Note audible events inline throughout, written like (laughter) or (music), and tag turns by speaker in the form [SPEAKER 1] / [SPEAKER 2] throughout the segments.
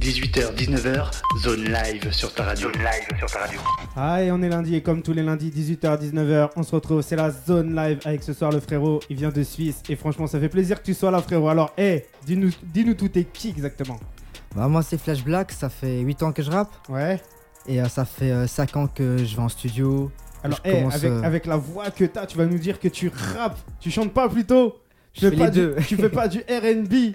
[SPEAKER 1] 18h, 19h, zone live sur ta radio.
[SPEAKER 2] Zone live sur ta radio.
[SPEAKER 3] Ah, et on est lundi, et comme tous les lundis, 18h, 19h, on se retrouve. C'est la zone live avec ce soir le frérot. Il vient de Suisse, et franchement, ça fait plaisir que tu sois là, frérot. Alors, hé, dis-nous dis-nous tout, t'es qui exactement
[SPEAKER 4] Bah, moi, c'est Flash Black, ça fait 8 ans que je rappe
[SPEAKER 3] Ouais.
[SPEAKER 4] et euh, ça fait 5 ans que je vais en studio.
[SPEAKER 3] Alors,
[SPEAKER 4] Je
[SPEAKER 3] hé,
[SPEAKER 4] commence,
[SPEAKER 3] avec,
[SPEAKER 4] euh,
[SPEAKER 3] avec la voix que t'as, tu vas nous dire que tu rappes. Tu chantes pas plutôt
[SPEAKER 4] Je fais
[SPEAKER 3] pas
[SPEAKER 4] les
[SPEAKER 3] du-
[SPEAKER 4] deux.
[SPEAKER 3] tu fais pas
[SPEAKER 4] (laughs)
[SPEAKER 3] du RB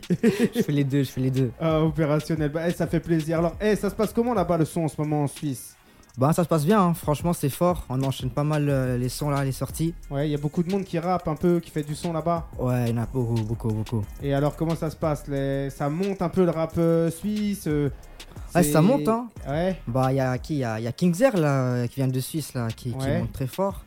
[SPEAKER 4] je fais les deux, je fais les deux.
[SPEAKER 3] Ah, opérationnel. Bah, hé, ça fait plaisir. Alors, hé, ça se passe comment là-bas le son en ce moment en Suisse
[SPEAKER 4] Bah, ça se passe bien, hein. franchement, c'est fort. On enchaîne pas mal euh, les sons là, les sorties.
[SPEAKER 3] Ouais, il y a beaucoup de monde qui rappe un peu, qui fait du son là-bas.
[SPEAKER 4] Ouais, il y en a beaucoup, beaucoup, beaucoup.
[SPEAKER 3] Et alors, comment ça se passe les... Ça monte un peu le rap euh, suisse euh,
[SPEAKER 4] Ouais,
[SPEAKER 3] c'est-
[SPEAKER 4] ça monte, hein.
[SPEAKER 3] Ouais,
[SPEAKER 4] Bah, il y a qui Il y a, il y a Kingzer là, euh, qui vient de Suisse là, qui, qui
[SPEAKER 3] Ouais.
[SPEAKER 4] monte très fort.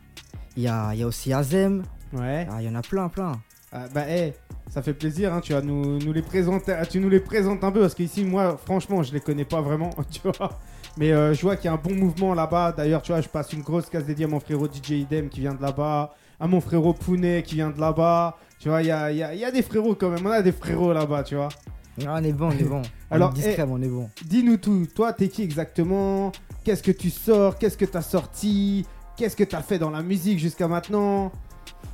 [SPEAKER 4] Il y a, il y a aussi Azem.
[SPEAKER 3] ouais.
[SPEAKER 4] Ah, Il y en a plein, plein.
[SPEAKER 3] Ah, bah, eh, ça fait plaisir, hein, tu vas nous, nous les présenter, ah, tu nous les présentes un peu, parce qu'ici, moi, franchement, je les connais pas vraiment, (laughs) tu vois. Mais euh, je vois qu'il y a un bon mouvement là-bas. D'ailleurs, tu vois, je passe une grosse case dédiée à mon frérot DJ Idem qui vient de là-bas, à mon frérot Pounet qui vient de là-bas. Tu vois, il y a, il y a- il y a des frérots quand même, on a des frérots là-bas, tu vois.
[SPEAKER 4] Ah, on est bon, on est bon. On
[SPEAKER 3] Alors, eh
[SPEAKER 4] est discret, mais on est bon.
[SPEAKER 3] Dis-nous tout, toi, t'es qui exactement Qu'est-ce que tu sors Qu'est-ce que t'as sorti Qu'est-ce que t'as fait dans la musique jusqu'à maintenant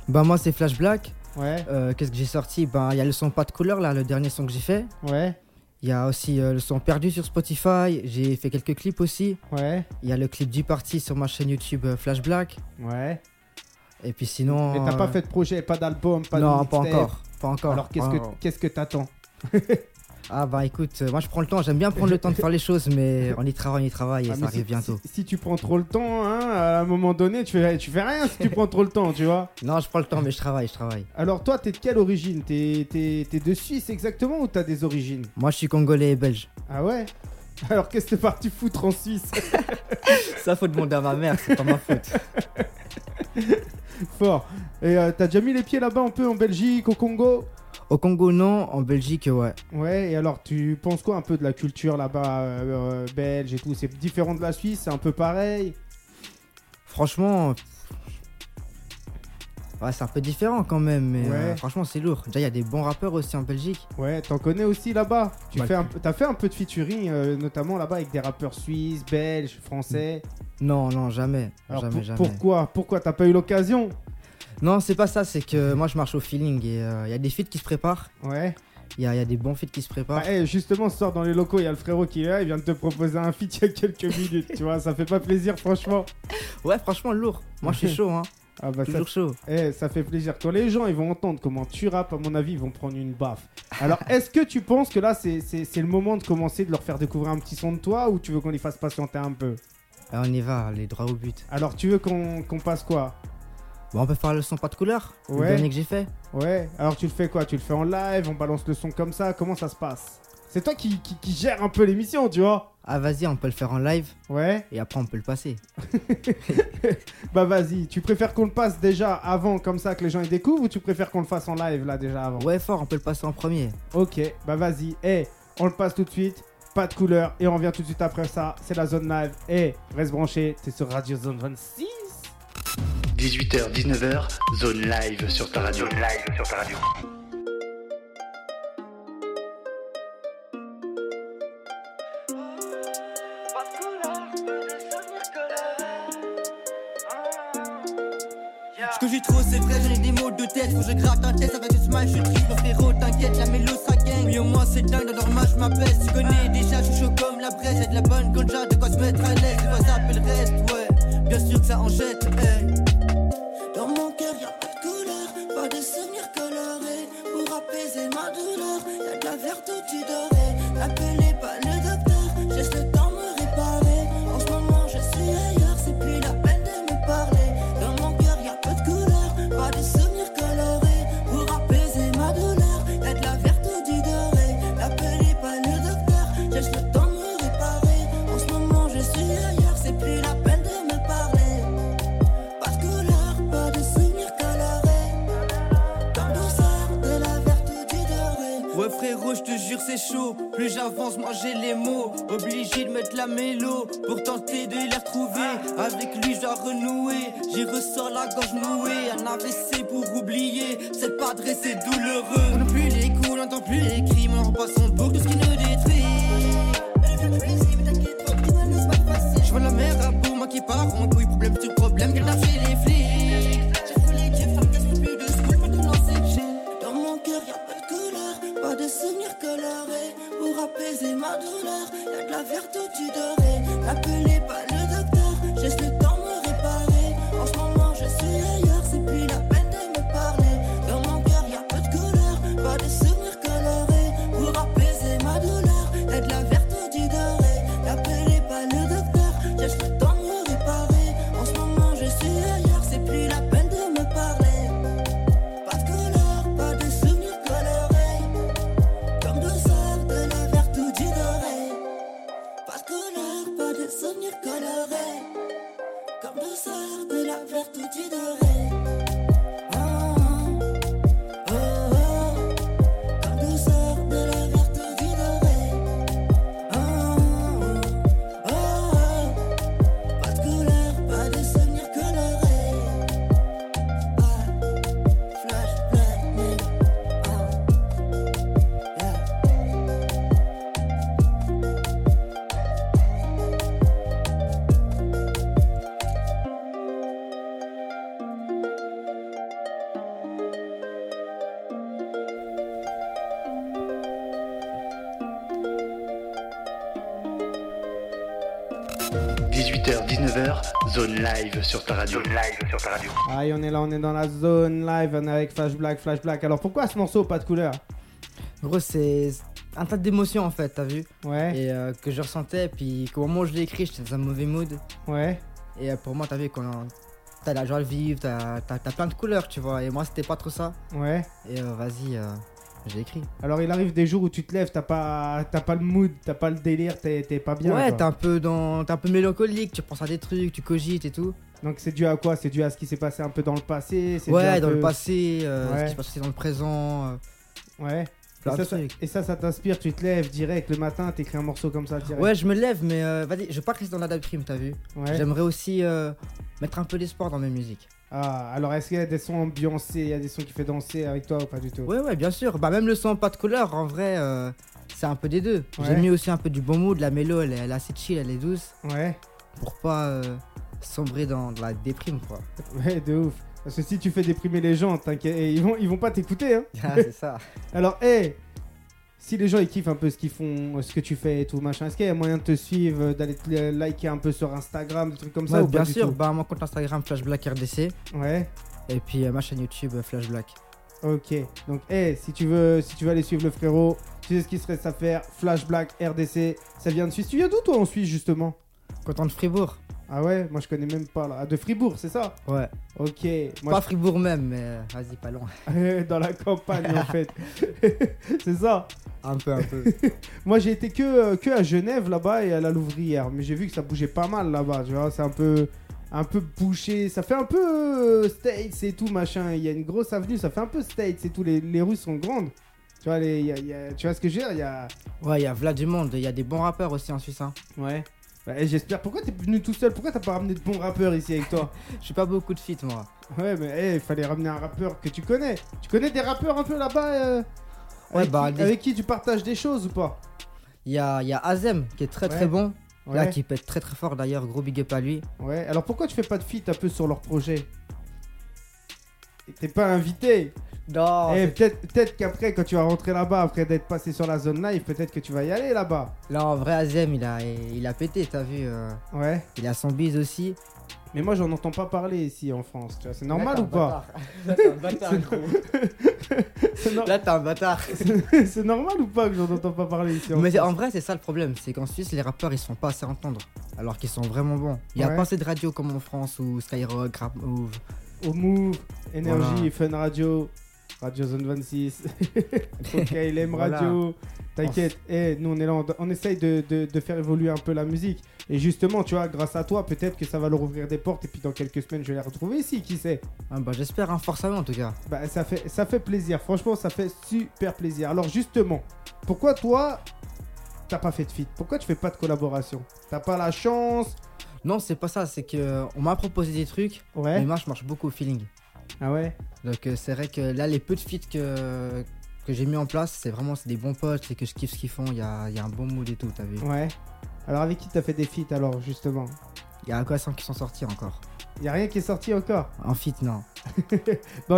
[SPEAKER 4] Bah, moi, c'est Flash Black.
[SPEAKER 3] Ouais,
[SPEAKER 4] Euh, Qu'est-ce que j'ai sorti Bah, il y a le son Pas de couleur là, le dernier son que j'ai fait.
[SPEAKER 3] ouais,
[SPEAKER 4] Il y a aussi euh, le son perdu sur Spotify. J'ai fait quelques clips aussi.
[SPEAKER 3] ouais,
[SPEAKER 4] Il y a le clip du parti sur ma chaîne YouTube euh, Flash Black.
[SPEAKER 3] ouais.
[SPEAKER 4] Et puis sinon.
[SPEAKER 3] Mais t'as pas
[SPEAKER 4] euh,
[SPEAKER 3] fait de projet, pas d'album, pas de
[SPEAKER 4] non, pas
[SPEAKER 3] mixtape.
[SPEAKER 4] encore. Pas encore.
[SPEAKER 3] Alors qu'est-ce
[SPEAKER 4] Ah.
[SPEAKER 3] que qu'est-ce que t'attends
[SPEAKER 4] Ah bah écoute, euh, moi je prends le temps. J'aime bien prendre le temps de faire les choses,
[SPEAKER 3] (laughs)
[SPEAKER 4] mais on y travaille, on y travaille et
[SPEAKER 3] Ah,
[SPEAKER 4] ça
[SPEAKER 3] mais
[SPEAKER 4] arrive
[SPEAKER 3] si,
[SPEAKER 4] bientôt.
[SPEAKER 3] Si, si tu prends trop le temps, hein, à un moment donné, tu fais tu fais rien si tu prends trop le temps, tu vois.
[SPEAKER 4] Non, je prends le temps, mais je travaille, je travaille.
[SPEAKER 3] Alors toi, t'es de quelle origine T'es t'es t'es de Suisse exactement ou t'as des origines
[SPEAKER 4] Moi je suis congolais
[SPEAKER 3] (laughs)
[SPEAKER 4] et belge.
[SPEAKER 3] Ah ouais. Alors qu'est-ce que t'es parti foutre en Suisse
[SPEAKER 4] Ça faut demander à ma mère, c'est pas ma faute.
[SPEAKER 3] Fort. Et euh, t'as déjà mis les pieds là-bas un peu en Belgique, au Congo
[SPEAKER 4] Au Congo non, en Belgique ouais.
[SPEAKER 3] Ouais, et alors tu penses quoi un peu de la culture là-bas, euh, euh, belge et tout C'est différent de la Suisse, c'est un peu pareil
[SPEAKER 4] Franchement. pff, Ouais, c'est un peu différent quand même, mais
[SPEAKER 3] Ouais.
[SPEAKER 4] euh, franchement c'est lourd. Déjà il y a des bons rappeurs aussi en Belgique.
[SPEAKER 3] Ouais, t'en connais aussi là-bas Tu
[SPEAKER 4] Bah,
[SPEAKER 3] fais un peu- T'as fait un peu de featuring, euh, notamment là-bas avec des rappeurs suisses, belges, français.
[SPEAKER 4] Non, non, jamais.
[SPEAKER 3] Alors
[SPEAKER 4] Mmh. jamais,
[SPEAKER 3] pour-
[SPEAKER 4] jamais.
[SPEAKER 3] pourquoi Pourquoi t'as pas eu l'occasion
[SPEAKER 4] Non, c'est pas ça, c'est que moi je marche au feeling et euh, il y a des feats qui se préparent,
[SPEAKER 3] Ouais.
[SPEAKER 4] il y a, y a des bons feats qui se préparent.
[SPEAKER 3] Bah, eh, justement, ce soir dans les locaux, il y a le frérot qui est là, il vient de te proposer un feat il y a quelques minutes, tu vois, ça fait pas plaisir, franchement.
[SPEAKER 4] Ouais, franchement lourd. Moi je
[SPEAKER 3] (laughs)
[SPEAKER 4] suis chaud, hein.
[SPEAKER 3] Ah bah ça,
[SPEAKER 4] Toujours chaud.
[SPEAKER 3] eh, ça fait plaisir. Quand les gens ils vont entendre comment tu rappes, à mon avis, ils vont prendre une baffe. Alors, est-ce que tu penses que là, c'est- c'est c'est le moment de commencer de leur faire découvrir un petit son de toi ou tu veux qu'on les fasse patienter un peu
[SPEAKER 4] Ah, on y va, les droits au but.
[SPEAKER 3] Alors, tu veux qu'on qu'on passe quoi
[SPEAKER 4] Bon, on peut faire le son pas de couleur,
[SPEAKER 3] Ouais.
[SPEAKER 4] le dernier que j'ai fait.
[SPEAKER 3] Ouais, alors tu le fais quoi Tu le fais en live, on balance le son comme ça, comment ça se passe C'est toi qui, qui, qui gère un peu l'émission, tu vois
[SPEAKER 4] Ah vas-y, on peut le faire en live
[SPEAKER 3] Ouais,
[SPEAKER 4] et après on peut le passer.
[SPEAKER 3] bah vas-y, tu préfères qu'on le passe déjà avant comme ça que les gens y découvrent ou tu préfères qu'on le fasse en live là déjà avant
[SPEAKER 4] Ouais, fort, on peut le passer en premier.
[SPEAKER 3] Ok, bah vas-y, Eh, on le passe tout de suite, pas de couleur et on revient tout de suite après ça, c'est la zone live, Eh, reste branché, t'es sur Radio Zone 26
[SPEAKER 1] 18h, 19h, zone live sur ta radio.
[SPEAKER 2] Zone live sur ta radio.
[SPEAKER 5] Ce que j'ai trop c'est vrai, j'en ai des mots de tête Faut que je gratte un test avec le smile, je tripe Mon frérot t'inquiète, la mélo ça gang Oui au moins c'est dingue, dans leur match je m'apaise Tu connais déjà, je suis chaud comme la presse Y'a de la bonne ganja, de quoi se mettre à l'aise De quoi s'appelle reste, ouais Bien sûr que ça en jette, hey. Dans mon cœur y'a pas de couleur, pas de souvenirs colorés Pour apaiser ma douleur, y'a de la verte ou du doré N'appelez pas le docteur, j'ai le temps de me réparer En ce moment je suis ailleurs, c'est plus la peine de me parler Dans mon cœur y'a pas de couleur, pas de souvenirs colorés Pour apaiser ma douleur, y'a de la verte ou du doré N'appelez pas le docteur, j'ai le temps de me réparer En ce moment je suis ailleurs, c'est plus la peine de me parler pas de couleur, pas de souvenirs colorés. Dans l'ossard de la verte ou du doré. Ouais, frérot, je te jure, c'est chaud. Plus j'avance, moi j'ai les mots. Obligé de mettre la mélo pour tenter de les retrouver. Avec lui, je dois renouer. J'y ressors la gorge nouée. Un AVC pour oublier. Cette padrée, c'est douloureux. On n'a plus les coups, on n'entend plus les crimes. On repasse en boucle tout ce qui nous détruit. apaiser ma douleur. Y'a de la verte tu dorée. N'appelez pas le docteur, laisse le temps me réparer. En ce moment, je suis ailleurs, c'est plus la peine de me parler. Dans mon cœur, y'a peu de couleur, pas de souvenirs colorés. Pour apaiser ma douleur, y'a de la verte du dorée. N'appelez pas le docteur, laisse le temps me réparer. En ce moment, je suis ailleurs, c'est plus la peine de me parler. Pas de couleur, pas de souvenirs colorés. Comme deux heures de la verte ou du doré. Pas de couleur, pas de souvenirs colorés. Comme deux heures de la verte ou du doré. Ah, ah, oh, oh. Comme deux heures de la verte ou du doré. Ah, ah, oh, oh. Pas de couleur, pas de souvenirs colorés. Ah, flash, planning. Ah, yeah.
[SPEAKER 1] h 19h, zone live sur ta radio.
[SPEAKER 6] Zone live sur ta radio.
[SPEAKER 3] Aïe, on est là, on est dans la zone live, on est avec Flash Black, Flash Black. Alors pourquoi ce morceau, pas de couleur
[SPEAKER 4] En gros, c'est un tas d'émotions en fait, t'as vu
[SPEAKER 3] Ouais,
[SPEAKER 4] Et euh, que je ressentais, puis qu'au moment où je l'ai écrit, j'étais dans un mauvais mood.
[SPEAKER 3] ouais,
[SPEAKER 4] Et euh, pour moi, t'as vu, quand t'as la joie de vivre, t'as t'as- t'as plein de couleurs, tu vois. Et moi, c'était pas trop ça.
[SPEAKER 3] ouais.
[SPEAKER 4] Et euh, vas-y, euh, j'ai écrit.
[SPEAKER 3] Alors il arrive des jours où tu te lèves, t'as pas, t'as pas le mood, t'as pas le délire, t'es t'es pas bien.
[SPEAKER 4] ouais,
[SPEAKER 3] quoi.
[SPEAKER 4] t'es un peu dans, t'es un peu mélancolique, tu penses à des trucs, tu cogites et tout.
[SPEAKER 3] Donc c'est dû à quoi C'est dû à ce qui s'est passé un peu dans le passé c'est dû
[SPEAKER 4] Ouais,
[SPEAKER 3] un
[SPEAKER 4] dans
[SPEAKER 3] peu-
[SPEAKER 4] le passé, euh,
[SPEAKER 3] Ouais.
[SPEAKER 4] ce qui se passait dans le présent. euh,
[SPEAKER 3] Ouais.
[SPEAKER 4] plein
[SPEAKER 3] Et
[SPEAKER 4] de
[SPEAKER 3] ça, ça-
[SPEAKER 4] trucs.
[SPEAKER 3] et ça, ça t'inspire, tu te lèves direct le matin, t'écris un morceau comme ça direct.
[SPEAKER 4] Ouais, je me lève, mais euh, vas-y, je veux pas rester dans la date prime, t'as vu.
[SPEAKER 3] Ouais.
[SPEAKER 4] J'aimerais aussi euh, mettre un peu d'espoir dans mes musiques.
[SPEAKER 3] Ah, alors est-ce qu'il y a des sons ambiancés, il y a des sons qui fait danser avec toi ou pas du tout
[SPEAKER 4] Ouais, ouais, bien sûr. Bah, même le son pas de couleur, en vrai, euh, c'est un peu des deux. J'ai
[SPEAKER 3] Ouais.
[SPEAKER 4] mis aussi un peu du bon mood, la mélo, elle, est- elle est assez chill, elle est douce,
[SPEAKER 3] Ouais,
[SPEAKER 4] pour pas euh, sombrer dans, dans la déprime, (laughs) quoi.
[SPEAKER 3] ouais, de ouf. Parce que si tu fais déprimer les gens, t'inquiète, et ils vont, ils vont pas t'écouter. Hein.
[SPEAKER 4] Ah, c'est ça.
[SPEAKER 3] Alors, hé, si les gens ils kiffent un peu ce qu'ils font, euh, ce que tu fais et tout machin, est-ce qu'il y a moyen de te suivre, euh, d'aller te euh, liker un peu sur Instagram, des trucs comme ça
[SPEAKER 4] Ouais,
[SPEAKER 3] ou pas
[SPEAKER 4] bien
[SPEAKER 3] du
[SPEAKER 4] sûr.
[SPEAKER 3] tout
[SPEAKER 4] Bah, mon compte Instagram FlashBlackRDC
[SPEAKER 3] Ouais,
[SPEAKER 4] et puis euh, ma chaîne YouTube euh, FlashBlack.
[SPEAKER 3] ok. Donc, hé, si tu veux, si tu veux aller suivre le frérot, tu sais ce qu'il serait ça faire. Flash Black RDC, ça vient de Suisse. Tu viens d'où toi en Suisse justement
[SPEAKER 4] Content de Fribourg.
[SPEAKER 3] Ah ouais, moi je connais même pas là. Ah, de Fribourg, c'est ça
[SPEAKER 4] Ouais.
[SPEAKER 3] Ok. Moi,
[SPEAKER 4] pas Fribourg même, mais euh, vas-y, pas loin.
[SPEAKER 3] (laughs) dans la campagne en fait. (laughs) c'est ça.
[SPEAKER 4] Un peu, un peu.
[SPEAKER 3] Moi j'ai été que, euh, que à Genève là-bas et à la Louvrière, mais j'ai vu que ça bougeait pas mal là-bas, tu vois, c'est un peu un peu bouché, ça fait un peu euh, States et tout machin, il y a une grosse avenue, ça fait un peu States et tout, les, les rues sont grandes. Tu vois, les, il y a- il y a- tu vois ce que je veux dire il y a...
[SPEAKER 4] (laughs) ouais, il y a Vlad du monde, il y a des bons rappeurs aussi en Suisse. Hein.
[SPEAKER 3] Ouais. et Bah, eh, J'espère. Pourquoi t'es venu tout seul Pourquoi t'as pas ramené de bons rappeurs ici avec
[SPEAKER 4] (laughs)
[SPEAKER 3] toi
[SPEAKER 4] Je suis pas beaucoup de feat, moi.
[SPEAKER 3] Ouais, mais eh, il fallait ramener un rappeur que tu connais. Tu connais des rappeurs un peu là-bas euh,
[SPEAKER 4] Ouais,
[SPEAKER 3] avec,
[SPEAKER 4] bah,
[SPEAKER 3] qui,
[SPEAKER 4] les-
[SPEAKER 3] avec qui tu partages des choses ou pas
[SPEAKER 4] Il y a, il y a Azem qui est très
[SPEAKER 3] Ouais.
[SPEAKER 4] très bon, là
[SPEAKER 3] Ouais.
[SPEAKER 4] qui pète très très fort d'ailleurs, gros big up à lui.
[SPEAKER 3] Ouais, alors pourquoi tu fais pas de feat un peu sur leur projet Et T'es pas invité
[SPEAKER 4] Non,
[SPEAKER 3] Eh, peut-être peut qu'après, quand tu vas rentrer là-bas, après d'être passé sur la zone live, peut-être que tu vas y aller là-bas.
[SPEAKER 4] là en vrai Azem il a, il a pété, t'as vu. euh,
[SPEAKER 3] Ouais.
[SPEAKER 4] il a son bise aussi.
[SPEAKER 3] Mais moi, j'en entends pas parler ici en France. tu vois. C'est normal
[SPEAKER 4] Là,
[SPEAKER 3] ou pas
[SPEAKER 4] t'es un bâtard. Là t'es un bâtard, gros.
[SPEAKER 3] C'est nor-
[SPEAKER 4] (laughs) Là t'es un bâtard.
[SPEAKER 3] (laughs) C'est normal ou pas que j'en entends pas parler ici en
[SPEAKER 4] Mais c'est-
[SPEAKER 3] France
[SPEAKER 4] en vrai c'est ça le problème, c'est qu'en Suisse les rappeurs ils sont pas assez entendre, alors qu'ils sont vraiment bons. Il y a
[SPEAKER 3] Ouais.
[SPEAKER 4] pas assez de radio comme en France ou Skyrock, Rap Move,
[SPEAKER 3] Au Move, Énergie,
[SPEAKER 4] Voilà.
[SPEAKER 3] Fun Radio, Radio Zone (laughs) 26,
[SPEAKER 4] (laughs)
[SPEAKER 3] KLM
[SPEAKER 4] Voilà.
[SPEAKER 3] Radio. T'inquiète, eh, nous on est là, on, on essaye de, de- de faire évoluer un peu la musique. Et justement, tu vois, grâce à toi, peut-être que ça va leur ouvrir des portes. Et puis dans quelques semaines, je vais les retrouver ici, qui sait.
[SPEAKER 4] Ah bah j'espère, hein, forcément en tout cas.
[SPEAKER 3] Bah, ça fait, ça fait plaisir, franchement, ça fait super plaisir. Alors justement, pourquoi toi, t'as pas fait de feat Pourquoi tu fais pas de collaboration T'as pas la chance
[SPEAKER 4] Non, c'est pas ça, c'est que euh, on m'a proposé des trucs, mais
[SPEAKER 3] Ouais.
[SPEAKER 4] moi je marche beaucoup au feeling.
[SPEAKER 3] Ah ouais
[SPEAKER 4] Donc euh, c'est vrai que là, les peu de feats que, que j'ai mis en place, c'est vraiment c'est des bons potes, c'est que je kiffe ce qu'ils font, il y a, il y a un bon mood et tout, t'as vu.
[SPEAKER 3] Ouais. Alors avec qui t'as fait des feats alors justement
[SPEAKER 4] Il y a quoi 5 qui sont sortis encore.
[SPEAKER 3] Y a rien qui est sorti encore.
[SPEAKER 4] En fit, non.
[SPEAKER 3] Bah,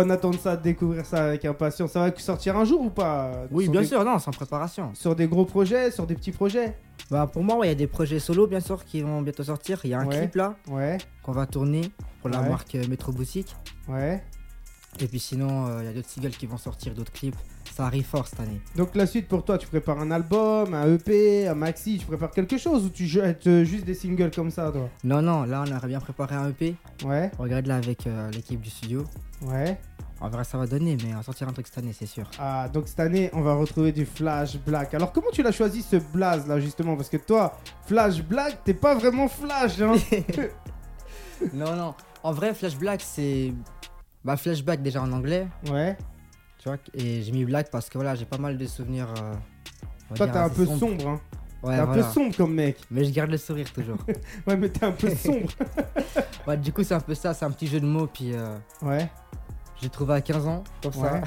[SPEAKER 3] on attend de ça, de découvrir ça avec impatience. Ça va sortir un jour ou pas euh,
[SPEAKER 4] Oui,
[SPEAKER 3] Sur
[SPEAKER 4] bien
[SPEAKER 3] des-
[SPEAKER 4] sûr, non, c'est en préparation.
[SPEAKER 3] Sur des gros projets, sur des petits projets
[SPEAKER 4] Bah, pour moi, ouais, il y a des projets solo, bien sûr, qui vont bientôt sortir. Il y a un
[SPEAKER 3] Ouais.
[SPEAKER 4] clip là
[SPEAKER 3] Ouais,
[SPEAKER 4] qu'on va tourner pour la
[SPEAKER 3] Ouais.
[SPEAKER 4] marque euh, Metro Boutique.
[SPEAKER 3] ouais.
[SPEAKER 4] Et puis sinon, euh, il y a d'autres singles qui vont sortir, d'autres clips. Ça arrive fort cette année.
[SPEAKER 3] Donc la suite pour toi, tu prépares un album, un EP, un maxi, tu prépares quelque chose ou tu jettes euh, juste des singles comme ça, toi
[SPEAKER 4] Non, non, là, on aurait bien préparé un EP.
[SPEAKER 3] Ouais,
[SPEAKER 4] On regarde là avec euh, l'équipe du studio.
[SPEAKER 3] ouais.
[SPEAKER 4] On verra ce que ça va donner, mais on sortira un truc cette année, c'est sûr.
[SPEAKER 3] Ah, donc cette année, on va retrouver du Flash Black. Alors, comment tu l'as choisi ce blaze là, justement Parce que toi, Flash Black, t'es pas vraiment Flash,
[SPEAKER 4] (laughs)
[SPEAKER 3] hein
[SPEAKER 4] (laughs) non, non. En vrai, Flash Black, c'est. Bah, flashback déjà en anglais.
[SPEAKER 3] Ouais.
[SPEAKER 4] Tu vois, et j'ai mis Black parce que voilà, j'ai pas mal de souvenirs. euh, on va
[SPEAKER 3] Toi,
[SPEAKER 4] dire,
[SPEAKER 3] t'es un
[SPEAKER 4] assez
[SPEAKER 3] peu
[SPEAKER 4] sombres.
[SPEAKER 3] sombre, hein.
[SPEAKER 4] Ouais,
[SPEAKER 3] T'es un
[SPEAKER 4] voilà.
[SPEAKER 3] peu sombre comme mec.
[SPEAKER 4] Mais je garde le sourire
[SPEAKER 3] (laughs)
[SPEAKER 4] toujours.
[SPEAKER 3] Ouais, mais t'es un
[SPEAKER 4] (laughs)
[SPEAKER 3] peu sombre.
[SPEAKER 4] ouais, du coup, c'est un peu ça, c'est un petit jeu de mots. Puis euh,
[SPEAKER 3] ouais.
[SPEAKER 4] j'ai trouvé à 15 ans, comme
[SPEAKER 3] Ouais.
[SPEAKER 4] ça,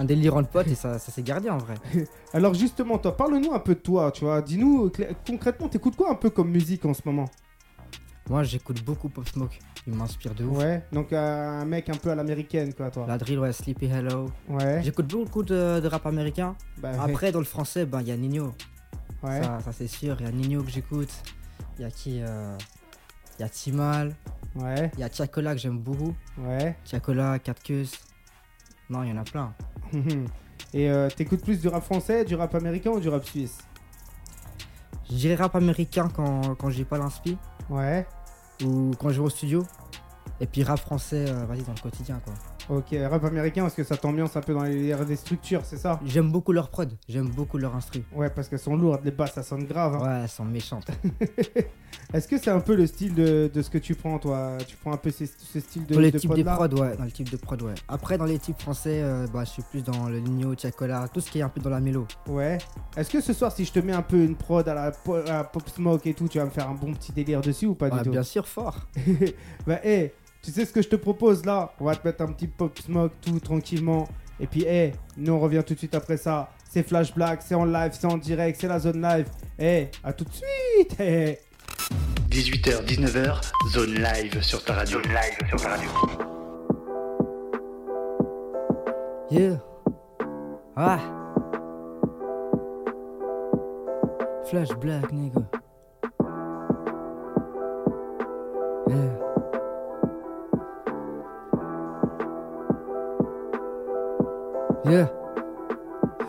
[SPEAKER 4] un délirant de pote et ça, ça s'est gardé en vrai.
[SPEAKER 3] Alors, justement, toi, parle-nous un peu de toi, tu vois. Dis-nous, cl- concrètement, t'écoutes quoi un peu comme musique en ce moment
[SPEAKER 4] Moi, j'écoute beaucoup Pop Smoke. Il m'inspire de ouf.
[SPEAKER 3] Ouais. Donc, euh, un mec un peu à l'américaine, quoi, toi.
[SPEAKER 4] La drill, ouais, Sleepy Hello.
[SPEAKER 3] Ouais.
[SPEAKER 4] J'écoute beaucoup de, de rap américain.
[SPEAKER 3] Bah,
[SPEAKER 4] Après, dans le français, ben, il y a Nino.
[SPEAKER 3] ouais.
[SPEAKER 4] Ça, ça, c'est sûr. Il y a Nino que j'écoute. Il y a qui euh, Il y a Timal.
[SPEAKER 3] Ouais.
[SPEAKER 4] Il y a Tiakola que j'aime beaucoup.
[SPEAKER 3] Ouais. (laughs)
[SPEAKER 4] Tiakola, Katkus. Non, il y en a plein.
[SPEAKER 3] Et euh, t'écoutes plus du rap français, du rap américain ou du rap suisse
[SPEAKER 4] Je dirais rap américain quand, quand j'ai pas l'inspi
[SPEAKER 3] Ouais.
[SPEAKER 4] ou quand je vais au studio. Et puis rap français, euh, vas-y, dans le quotidien quoi.
[SPEAKER 3] Ok, rap américain parce que ça t'ambiance un peu dans les airs des structures, c'est ça
[SPEAKER 4] J'aime beaucoup leur prod, j'aime beaucoup leur instru.
[SPEAKER 3] Ouais, parce qu'elles sont lourdes, les basses, ça sonne grave. hein.
[SPEAKER 4] Ouais, elles sont méchantes.
[SPEAKER 3] Est-ce que c'est un peu le style de, de ce que tu prends, toi Tu prends un peu ces- ce style de,
[SPEAKER 4] dans les
[SPEAKER 3] de
[SPEAKER 4] types de
[SPEAKER 3] prod-là
[SPEAKER 4] prod, ouais. Dans le type de prod, ouais. Après, dans les types français, euh, bah, je suis plus dans le Ligno, Tiakola, tout ce qui est un peu dans la mélo.
[SPEAKER 3] Ouais. Est-ce que ce soir, si je te mets un peu une prod à la po- à la Pop Smoke et tout, tu vas me faire un bon petit délire dessus ou pas
[SPEAKER 4] Ouais,
[SPEAKER 3] du tout
[SPEAKER 4] bien sûr, fort. (laughs)
[SPEAKER 3] (laughs) Bah, hé, tu sais ce que je te propose là On va te mettre un petit pop smoke tout tranquillement. Et puis, hé, nous on revient tout de suite après ça. C'est Flash Black, c'est en live, c'est en direct, c'est la zone live. Hé, à tout de suite hé.
[SPEAKER 1] 18h, 19h, zone live sur ta radio.
[SPEAKER 2] Zone live sur ta radio.
[SPEAKER 4] Yeah. Ah. Flash black, nigga. Yeah. Yeah.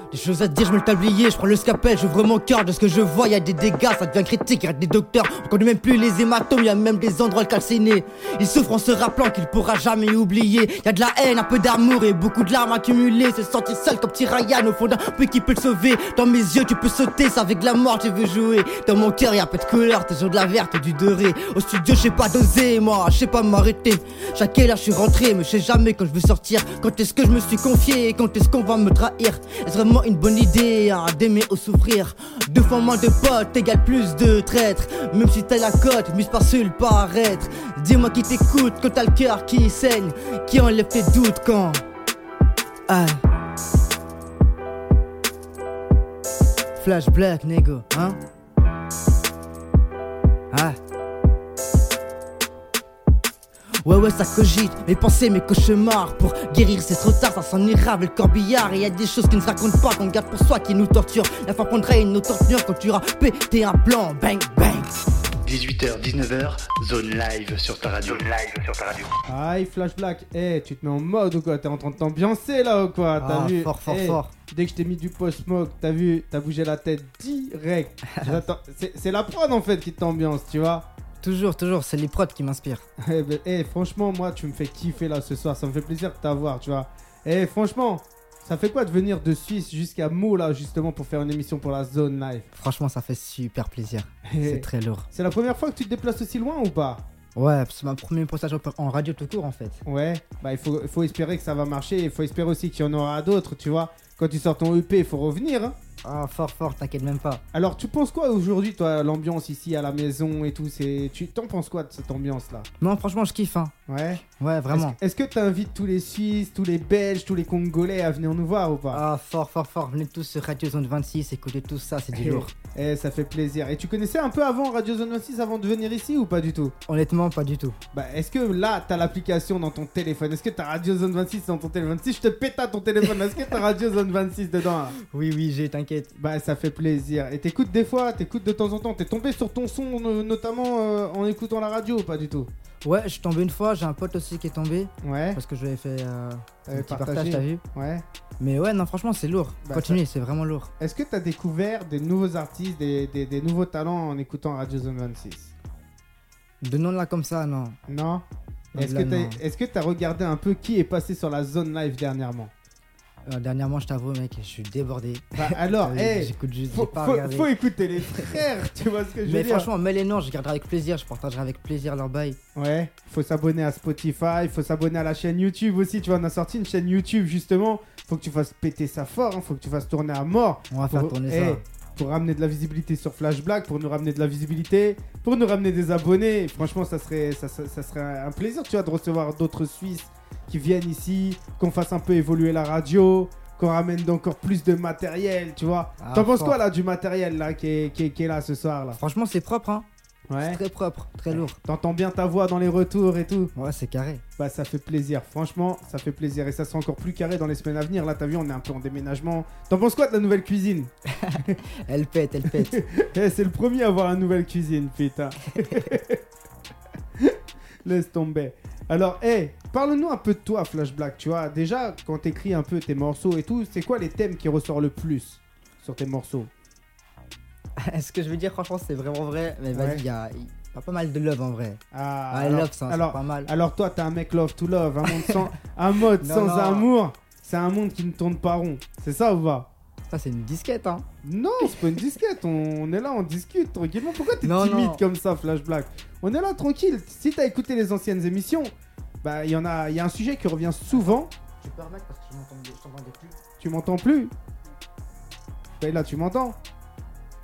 [SPEAKER 4] Des choses à dire, je me le tablier, je prends le scapel, j'ouvre mon cœur, de ce que je vois, y a des dégâts, ça devient critique, y a des docteurs, on connaît même plus les hématomes, y a même des endroits calcinés. Il souffre en se rappelant qu'il pourra jamais oublier. Y a de la haine, un peu d'amour et beaucoup de larmes accumulées. Se sentir seul comme petit Ryan au fond d'un puits qui peut le sauver. Dans mes yeux, tu peux sauter, c'est avec la mort tu veux jouer. Dans mon cœur, y a un peu de couleur, toujours de la verte ou du doré. Au studio, j'ai pas dosé, moi, je sais pas m'arrêter. Chaque là, je suis rentré, mais je sais jamais quand je veux sortir. Quand est-ce que je me suis confié, quand est-ce qu'on va me trahir. Est-ce vraiment une bonne idée hein, d'aimer ou souffrir Deux fois moins de potes égale plus de traîtres. Même si t'as la cote, mise par seul paraître. Dis-moi qui t'écoute quand t'as le cœur qui saigne. Qui enlève tes doutes quand. Ah. Flash black, nego, hein Ah. Ouais ouais ça cogite, mes pensées, mes cauchemars Pour guérir c'est trop tard, ça s'en ira avec le corbillard Et y a des choses qui ne se racontent pas, qu'on garde pour soi, qui nous torturent La fin prendra une autre tournure quand tu auras pété un plan Bang bang
[SPEAKER 1] 18h, 19h, zone live sur ta radio.
[SPEAKER 2] Zone live sur ta radio.
[SPEAKER 3] Aïe, Flash Black. Hé, tu te mets en mode ou quoi T'es en train de t'ambiancer là ou quoi T'as
[SPEAKER 4] Ah,
[SPEAKER 3] vu Eh.
[SPEAKER 4] fort, fort,
[SPEAKER 3] Hé,
[SPEAKER 4] fort.
[SPEAKER 3] Dès que je t'ai mis du post smoke, t'as vu T'as bougé la tête direct. J'attends- c'est c'est la prod en fait qui t'ambiance, tu vois
[SPEAKER 4] Toujours, toujours, c'est les prods qui m'inspirent
[SPEAKER 3] Eh ben, eh, franchement, moi, tu me fais kiffer là ce soir. Ça me fait plaisir de t'avoir, tu vois. Eh, franchement, ça fait quoi de venir de Suisse jusqu'à Meaux là, justement, pour faire une émission pour la zone live
[SPEAKER 4] Franchement ça fait super plaisir,
[SPEAKER 3] Eh,
[SPEAKER 4] c'est très lourd
[SPEAKER 3] C'est la première fois que tu te déplaces aussi loin ou pas
[SPEAKER 4] Ouais, c'est ma première postage en- en radio tout court en fait
[SPEAKER 3] Ouais, bah il faut, il faut espérer que ça va marcher. Il faut espérer aussi qu'il y en aura d'autres, tu vois. Quand tu sors ton EP, il faut revenir. hein.
[SPEAKER 4] Ah fort fort, t'inquiète même pas
[SPEAKER 3] Alors, tu penses quoi aujourd'hui, toi, l'ambiance ici à la maison et tout c'est... Tu t'en penses quoi de cette ambiance là
[SPEAKER 4] Non franchement je kiffe hein
[SPEAKER 3] Ouais,
[SPEAKER 4] Ouais, vraiment.
[SPEAKER 3] Est-ce que tu invites tous les Suisses, tous les Belges, tous les Congolais à venir nous voir ou pas
[SPEAKER 4] Ah, fort, fort, fort. Venez tous sur Radio Zone 26, écoutez tout ça, c'est du
[SPEAKER 3] Eh,
[SPEAKER 4] lourd.
[SPEAKER 3] Eh, ça fait plaisir. Et tu connaissais un peu avant Radio Zone 26 avant de venir ici ou pas du tout
[SPEAKER 4] Honnêtement, pas du tout.
[SPEAKER 3] Bah, est-ce que là, t'as l'application dans ton téléphone Est-ce que t'as Radio Zone 26 dans ton téléphone Si je te pète à ton téléphone, est-ce que t'as Radio Zone 26 dedans
[SPEAKER 4] (laughs)
[SPEAKER 3] hein
[SPEAKER 4] Oui, oui, j'ai, t'inquiète.
[SPEAKER 3] Bah, ça fait plaisir. Et t'écoutes des fois, t'écoutes de temps en temps. T'es tombé sur ton son, euh, notamment euh, en écoutant la radio ou pas du tout
[SPEAKER 4] Ouais, je suis tombé une fois, j'ai un pote aussi qui est tombé.
[SPEAKER 3] Ouais,
[SPEAKER 4] Parce que je lui avais fait euh,
[SPEAKER 3] T'avais
[SPEAKER 4] un petit
[SPEAKER 3] partagé.
[SPEAKER 4] partage, t'as vu
[SPEAKER 3] ouais.
[SPEAKER 4] Mais ouais, non, franchement, c'est lourd.
[SPEAKER 3] Bah,
[SPEAKER 4] Continuez, c'est vraiment lourd.
[SPEAKER 3] Est-ce que t'as découvert des nouveaux artistes, des, des- des nouveaux talents en écoutant Radio Zone 26
[SPEAKER 4] Donnons-la comme ça, non.
[SPEAKER 3] Non
[SPEAKER 4] Non,
[SPEAKER 3] Est-ce
[SPEAKER 4] là,
[SPEAKER 3] que t'as
[SPEAKER 4] non.
[SPEAKER 3] est-ce que t'as regardé un peu qui est passé sur la zone live dernièrement
[SPEAKER 4] Euh, dernièrement, je t'avoue, mec, je suis débordé. (laughs)
[SPEAKER 3] Bah, alors,
[SPEAKER 4] Euh,
[SPEAKER 3] hey,
[SPEAKER 4] J'écoute juste, j'ai
[SPEAKER 3] faut,
[SPEAKER 4] pas
[SPEAKER 3] faut-
[SPEAKER 4] regardé.
[SPEAKER 3] faut écouter les frères, (laughs) tu vois ce que je veux
[SPEAKER 4] Mais
[SPEAKER 3] dire
[SPEAKER 4] franchement, mets les noms, je garderai avec plaisir, je partagerai avec plaisir leur bail.
[SPEAKER 3] Ouais, faut s'abonner à Spotify, faut s'abonner à la chaîne YouTube aussi. Tu vois, on a sorti une chaîne YouTube justement. Faut que tu fasses péter ça fort, hein, faut que tu fasses tourner à mort.
[SPEAKER 4] On va faire tourner
[SPEAKER 3] eh,
[SPEAKER 4] ça.
[SPEAKER 3] Pour ramener de la visibilité sur Flash Black, pour nous ramener de la visibilité, pour nous ramener des abonnés. Franchement, ça serait, ça, ça- ça serait un plaisir, tu vois, de recevoir d'autres Suisses qui viennent ici, qu'on fasse un peu évoluer la radio, qu'on ramène d'encore plus de matériel, tu vois.
[SPEAKER 4] Ah,
[SPEAKER 3] T'en penses
[SPEAKER 4] fort.
[SPEAKER 3] quoi là du matériel là qui est, qui est- qui est là ce soir là
[SPEAKER 4] Franchement, c'est propre, hein.
[SPEAKER 3] Ouais.
[SPEAKER 4] Très propre, très lourd.
[SPEAKER 3] T'entends bien ta voix dans les retours et tout.
[SPEAKER 4] Ouais, c'est carré.
[SPEAKER 3] Bah ça fait plaisir, franchement ça fait plaisir et ça sera encore plus carré dans les semaines à venir. Là t'as vu on est un peu en déménagement. T'en penses quoi de la nouvelle cuisine
[SPEAKER 4] Elle pète, elle pète.
[SPEAKER 3] (laughs)
[SPEAKER 4] (laughs)
[SPEAKER 3] Eh, c'est le premier à avoir une nouvelle cuisine, putain. (laughs) Laisse tomber. Alors, eh, parle-nous un peu de toi, Flash Black. Tu vois, déjà, quand t'écris un peu tes morceaux et tout, c'est quoi les thèmes qui ressortent le plus sur tes morceaux
[SPEAKER 4] Ce que je veux dire, franchement, c'est vraiment vrai. Mais vas-y,
[SPEAKER 3] Ouais.
[SPEAKER 4] il y a il y a pas mal de love en vrai.
[SPEAKER 3] Ah,
[SPEAKER 4] Ah,
[SPEAKER 3] alors,
[SPEAKER 4] love, ça, c'est
[SPEAKER 3] alors,
[SPEAKER 4] pas mal.
[SPEAKER 3] alors toi, t'es un mec love to love, un, monde sans- un mode
[SPEAKER 4] (laughs) Non,
[SPEAKER 3] sans
[SPEAKER 4] non.
[SPEAKER 3] amour, c'est un monde qui ne tourne pas rond. C'est ça ou pas
[SPEAKER 4] Ça, c'est une disquette, hein.
[SPEAKER 3] Non, c'est pas une disquette. On, on est là, on discute tranquillement. Pourquoi t'es
[SPEAKER 4] Non,
[SPEAKER 3] timide
[SPEAKER 4] non.
[SPEAKER 3] comme ça, Flash Black On est là tranquille. Si t'as écouté les anciennes émissions, bah il y en a, il y a un sujet qui revient souvent.
[SPEAKER 4] Tu peux remettre parce que je t'entendais plus.
[SPEAKER 3] Tu m'entends plus Bah là, tu m'entends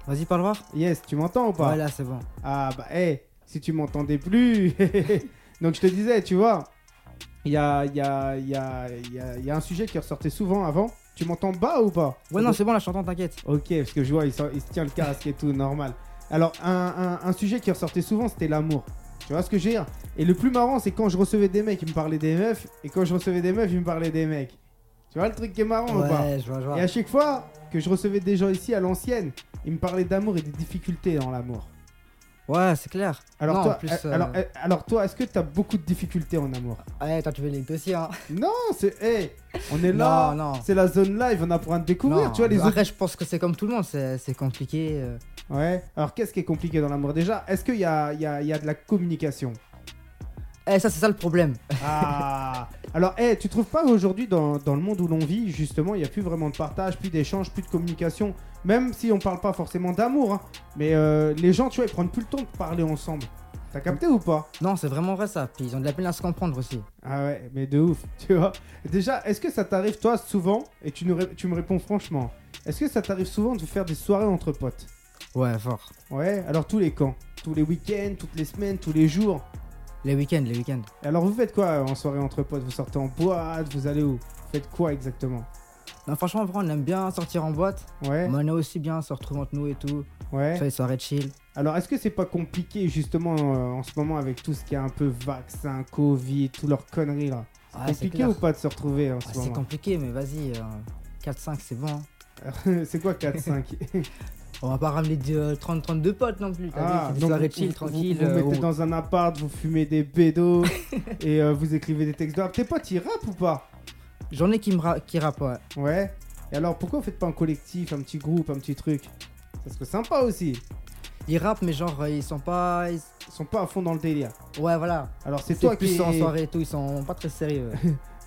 [SPEAKER 4] Vas-y, parle voir.
[SPEAKER 3] Yes, tu m'entends ou pas
[SPEAKER 4] Voilà, c'est bon.
[SPEAKER 3] Ah bah hé, si tu m'entendais plus. (laughs) Donc je te disais, tu vois, il y a, il y, a, il y, a, il y, a, il y a un sujet qui ressortait souvent avant. Tu m'entends bas ou pas
[SPEAKER 4] Ouais, non, c'est bon, là, je t'entends, t'inquiète.
[SPEAKER 3] Ok, parce que je vois, il, sort- il se tient le casque et tout, normal. Alors, un, un- un sujet qui ressortait souvent, c'était l'amour. Tu vois ce que je veux dire Et le plus marrant, c'est quand je recevais des mecs, ils me parlaient des meufs, et quand je recevais des meufs, ils me parlaient des mecs. Tu vois le truc qui est marrant ou pas
[SPEAKER 4] Ouais, je vois, je vois.
[SPEAKER 3] Et à chaque fois que je recevais des gens ici à l'ancienne, ils me parlaient d'amour et des difficultés dans l'amour.
[SPEAKER 4] Ouais, c'est clair.
[SPEAKER 3] Alors,
[SPEAKER 4] Non, en
[SPEAKER 3] toi,
[SPEAKER 4] plus,
[SPEAKER 3] a-
[SPEAKER 4] euh,
[SPEAKER 3] alors, a- alors toi, est-ce que t'as beaucoup de difficultés en amour
[SPEAKER 4] Ouais, toi, tu veux les dossiers, hein.
[SPEAKER 3] Non, c'est... hey, on est là,
[SPEAKER 4] Non, non.
[SPEAKER 3] c'est la zone live, on apprend à te découvrir,
[SPEAKER 4] Non,
[SPEAKER 3] tu vois, les autres...
[SPEAKER 4] Après, je pense que c'est comme tout le monde, c'est c'est compliqué. euh.
[SPEAKER 3] Ouais. Alors, qu'est-ce qui est compliqué dans l'amour Déjà, est-ce qu'il y a, il y a- il y a de la communication
[SPEAKER 4] Eh, ça, c'est ça le problème.
[SPEAKER 3] Ah Alors, eh, tu trouves pas aujourd'hui, dans, dans le monde où l'on vit, justement, il n'y a plus vraiment de partage, plus d'échange, plus de communication, même si on parle pas forcément d'amour, hein. mais euh, les gens, tu vois, ils prennent plus le temps de parler ensemble. T'as capté ou pas
[SPEAKER 4] Non, c'est vraiment vrai, ça. Puis ils ont de la peine à se comprendre aussi.
[SPEAKER 3] Ah ouais, mais de ouf, (laughs) tu vois. Déjà, est-ce que ça t'arrive, toi, souvent, et tu, nous ré- tu me réponds franchement, est-ce que ça t'arrive souvent de faire des soirées entre potes
[SPEAKER 4] Ouais, fort.
[SPEAKER 3] Ouais, alors tous les camps, tous les week-ends, toutes les semaines, tous les jours
[SPEAKER 4] Les week-ends, les week-ends.
[SPEAKER 3] Et Alors vous faites quoi euh, en soirée entre potes Vous sortez en boîte, vous allez où Vous faites quoi exactement
[SPEAKER 4] Non, franchement, en vrai, on aime bien sortir en boîte.
[SPEAKER 3] Ouais,
[SPEAKER 4] Mais on a aussi bien se retrouver entre nous et tout.
[SPEAKER 3] ouais.
[SPEAKER 4] Faire les soirées chill.
[SPEAKER 3] Alors est-ce que c'est pas compliqué justement euh, en ce moment avec tout ce qui est un peu vaccin, Covid, tout leurs conneries là C'est
[SPEAKER 4] Ouais, Ah, c'est
[SPEAKER 3] compliqué
[SPEAKER 4] clair.
[SPEAKER 3] ou pas de se retrouver en
[SPEAKER 4] Ah,
[SPEAKER 3] ce
[SPEAKER 4] c'est
[SPEAKER 3] moment
[SPEAKER 4] compliqué, mais vas-y. euh, 4-5, c'est bon. hein.
[SPEAKER 3] (laughs) C'est quoi
[SPEAKER 4] (laughs)
[SPEAKER 3] 4-5
[SPEAKER 4] On va pas ramener de, euh, 30-32 potes non plus. T'as vu, c'est des
[SPEAKER 3] Ah, vous,
[SPEAKER 4] soirées Ah, chill,
[SPEAKER 3] vous-
[SPEAKER 4] tranquille.
[SPEAKER 3] Vous, vous
[SPEAKER 4] euh,
[SPEAKER 3] mettez
[SPEAKER 4] on-
[SPEAKER 3] dans un appart, vous fumez des
[SPEAKER 4] (laughs)
[SPEAKER 3] bédos et euh, vous écrivez des textes de rap. Tes potes ils rappent ou pas
[SPEAKER 4] J'en ai qui, me ra- qui rappent, ouais.
[SPEAKER 3] Ouais. Et alors pourquoi vous faites pas un collectif, un petit groupe, un petit truc Ça serait sympa aussi.
[SPEAKER 4] Ils rappent, mais genre, euh, ils sont pas. ils-
[SPEAKER 3] Ils sont pas à fond dans le délire.
[SPEAKER 4] Ouais, voilà.
[SPEAKER 3] Alors c'est toi
[SPEAKER 4] plus
[SPEAKER 3] qui
[SPEAKER 4] en soirée et tout, ils sont pas très sérieux.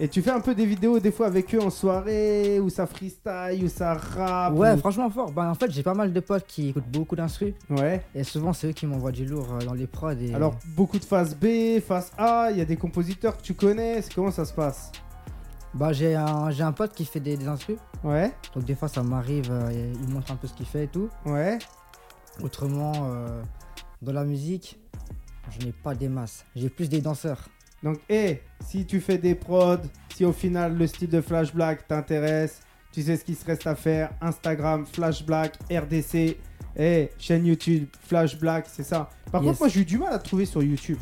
[SPEAKER 3] Et tu fais un peu des vidéos des fois avec eux en soirée, où ça freestyle, où ça rappe.
[SPEAKER 4] ouais,
[SPEAKER 3] ou-
[SPEAKER 4] franchement fort. Bah, en fait, j'ai pas mal de potes qui écoutent beaucoup d'instru.
[SPEAKER 3] ouais.
[SPEAKER 4] Et souvent, c'est eux qui m'envoient du lourd euh, dans les prods. Et...
[SPEAKER 3] Alors beaucoup de face B, face A, il y a des compositeurs que tu connais, c'est- comment ça se passe
[SPEAKER 4] Bah, j'ai un, j'ai un pote qui fait des, des instrus.
[SPEAKER 3] Ouais,
[SPEAKER 4] Donc, des fois, ça m'arrive, euh, et il me montre un peu ce qu'il fait et tout.
[SPEAKER 3] ouais.
[SPEAKER 4] Autrement, euh, dans la musique, je n'ai pas des masses. J'ai plus des danseurs.
[SPEAKER 3] Donc, hé, si tu fais des prods, si au final le style de Flash Black t'intéresse, tu sais ce qu'il se reste à faire. Instagram, Flash Black, RDC, hé, Eh, chaîne YouTube, Flash Black, c'est ça. Par
[SPEAKER 4] Yes.
[SPEAKER 3] contre, moi, j'ai eu du mal à trouver sur YouTube.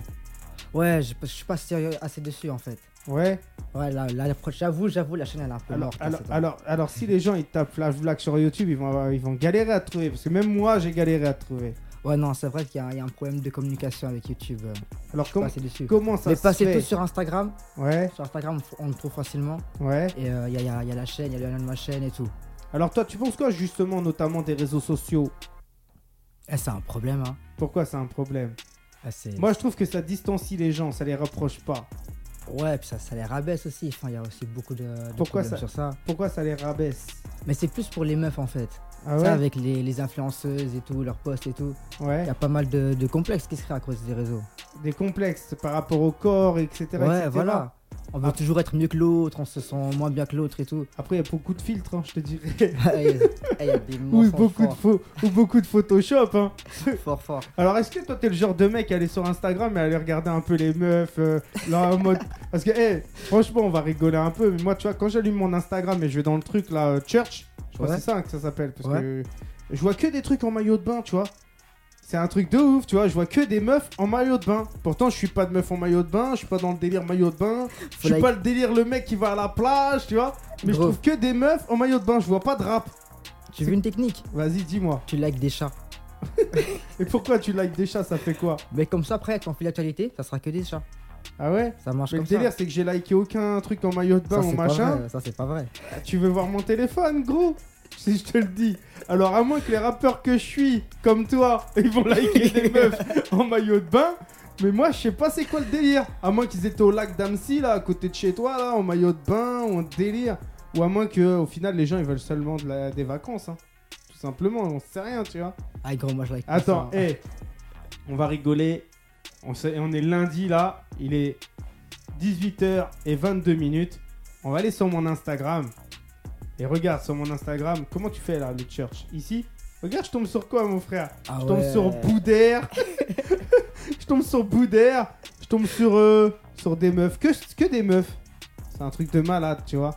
[SPEAKER 4] Ouais, je, je suis pas sérieux assez dessus en fait.
[SPEAKER 3] Ouais.
[SPEAKER 4] Ouais, là, là, la prochaine- j'avoue, j'avoue, la chaîne elle est un peu
[SPEAKER 3] Alors,
[SPEAKER 4] morte. hein,
[SPEAKER 3] alors,
[SPEAKER 4] cette année.
[SPEAKER 3] alors, alors, si les gens ils tapent Flash Black sur YouTube, ils vont, avoir- ils vont galérer à trouver. Parce que même moi, j'ai galéré à trouver.
[SPEAKER 4] Ouais, non, c'est vrai qu'il y, a- il y a un problème de communication avec YouTube. euh,
[SPEAKER 3] Alors,
[SPEAKER 4] je suis
[SPEAKER 3] com-
[SPEAKER 4] pas assez dessus.
[SPEAKER 3] comment ça
[SPEAKER 4] Mais
[SPEAKER 3] se
[SPEAKER 4] passer
[SPEAKER 3] fait
[SPEAKER 4] tout sur Instagram.
[SPEAKER 3] Ouais,
[SPEAKER 4] Sur Instagram, on- on le trouve facilement.
[SPEAKER 3] ouais.
[SPEAKER 4] Et euh, il y, a- il y a il y a la chaîne, il y a le nom de ma chaîne et tout.
[SPEAKER 3] Alors, toi, tu penses quoi, justement, notamment des réseaux sociaux
[SPEAKER 4] Eh, c'est un problème, hein.
[SPEAKER 3] Pourquoi c'est un problème
[SPEAKER 4] Eh, c'est-
[SPEAKER 3] Moi, je trouve que ça distancie les gens, ça les rapproche pas.
[SPEAKER 4] Ouais, puis ça, ça les rabaisse aussi. Enfin, il y a aussi beaucoup de, de
[SPEAKER 3] Pourquoi
[SPEAKER 4] problèmes
[SPEAKER 3] ça-
[SPEAKER 4] sur ça.
[SPEAKER 3] Pourquoi ça les rabaisse
[SPEAKER 4] Mais c'est plus pour les meufs en fait.
[SPEAKER 3] Ah
[SPEAKER 4] Ça,
[SPEAKER 3] ouais
[SPEAKER 4] avec les, les influenceuses et tout, leurs posts et tout. Il
[SPEAKER 3] Ouais.
[SPEAKER 4] y a pas mal de, de complexes qui se créent à cause des réseaux.
[SPEAKER 3] Des complexes par rapport au corps, etc. etc.
[SPEAKER 4] ouais, voilà. On veut
[SPEAKER 3] Ah.
[SPEAKER 4] toujours être mieux que l'autre, on se sent moins bien que l'autre et tout.
[SPEAKER 3] Après, il y a beaucoup de filtres, hein, je te dirais.
[SPEAKER 4] Eh, eh, y a
[SPEAKER 3] (laughs)
[SPEAKER 4] des
[SPEAKER 3] Ou
[SPEAKER 4] mensonges
[SPEAKER 3] beaucoup, de
[SPEAKER 4] forts,
[SPEAKER 3] faux, ou beaucoup de Photoshop. Hein.
[SPEAKER 4] fort, fort.
[SPEAKER 3] Alors, est-ce que toi, t'es le genre de mec à aller sur Instagram et à aller regarder un peu les meufs euh, là, en
[SPEAKER 4] (laughs)
[SPEAKER 3] mode... Parce que, eh, franchement, on va rigoler un peu. Mais moi, tu vois, quand j'allume mon Instagram et je vais dans le truc, là, euh, church, je crois
[SPEAKER 4] Ouais.
[SPEAKER 3] que c'est ça hein, que ça s'appelle. Parce
[SPEAKER 4] Ouais.
[SPEAKER 3] que je vois que des trucs en maillot de bain, tu vois. C'est un truc de ouf, tu vois. Je vois que des meufs en maillot de bain. Pourtant, je suis pas de meuf en maillot de bain. Je suis pas dans le délire maillot de bain. Je suis
[SPEAKER 4] like-
[SPEAKER 3] pas le délire le mec qui va à la plage, tu vois. Mais je
[SPEAKER 4] Gros.
[SPEAKER 3] trouve que des meufs en maillot de bain. Je vois pas de rap.
[SPEAKER 4] Tu veux une technique
[SPEAKER 3] Vas-y, dis-moi.
[SPEAKER 4] Tu likes des chats.
[SPEAKER 3] Et pourquoi tu likes des chats Ça fait quoi
[SPEAKER 4] Mais comme ça, après, quand fait l'actualité, ça sera que des chats.
[SPEAKER 3] Ah ouais
[SPEAKER 4] Ça marche
[SPEAKER 3] Mais le
[SPEAKER 4] comme
[SPEAKER 3] délire,
[SPEAKER 4] ça.
[SPEAKER 3] c'est que j'ai liké aucun truc en maillot de bain
[SPEAKER 4] Ça,
[SPEAKER 3] ou
[SPEAKER 4] c'est pas
[SPEAKER 3] machin.
[SPEAKER 4] vrai, Ça, c'est pas vrai.
[SPEAKER 3] Tu veux voir mon téléphone, gros Si je te le dis. Alors, à moins que les rappeurs que je suis, comme toi, ils vont liker
[SPEAKER 4] (laughs)
[SPEAKER 3] des meufs en maillot de bain. Mais moi, je sais pas c'est quoi le délire. À moins qu'ils étaient au lac d'Annecy, là, à côté de chez toi, là, en maillot de bain, ou en délire. Ou à moins que, au final, les gens, ils veulent seulement de la- des vacances, hein. Tout simplement, on sait rien, tu vois.
[SPEAKER 4] Ah, gros, moi, je like pas
[SPEAKER 3] Attends, eh,
[SPEAKER 4] ça.
[SPEAKER 3] hé, on va rigoler. On, sait- on est lundi là, il est 18h et 22 minutes. On va aller sur mon Instagram. Et regarde sur mon Instagram, comment tu fais là, le church Ici Regarde, je tombe sur quoi, mon frère
[SPEAKER 4] Ah
[SPEAKER 3] Je tombe
[SPEAKER 4] ouais.
[SPEAKER 3] sur Boudère. (laughs) je tombe sur Boudère. Je tombe sur, euh, sur des meufs. Que, que des meufs. C'est un truc de malade, tu vois.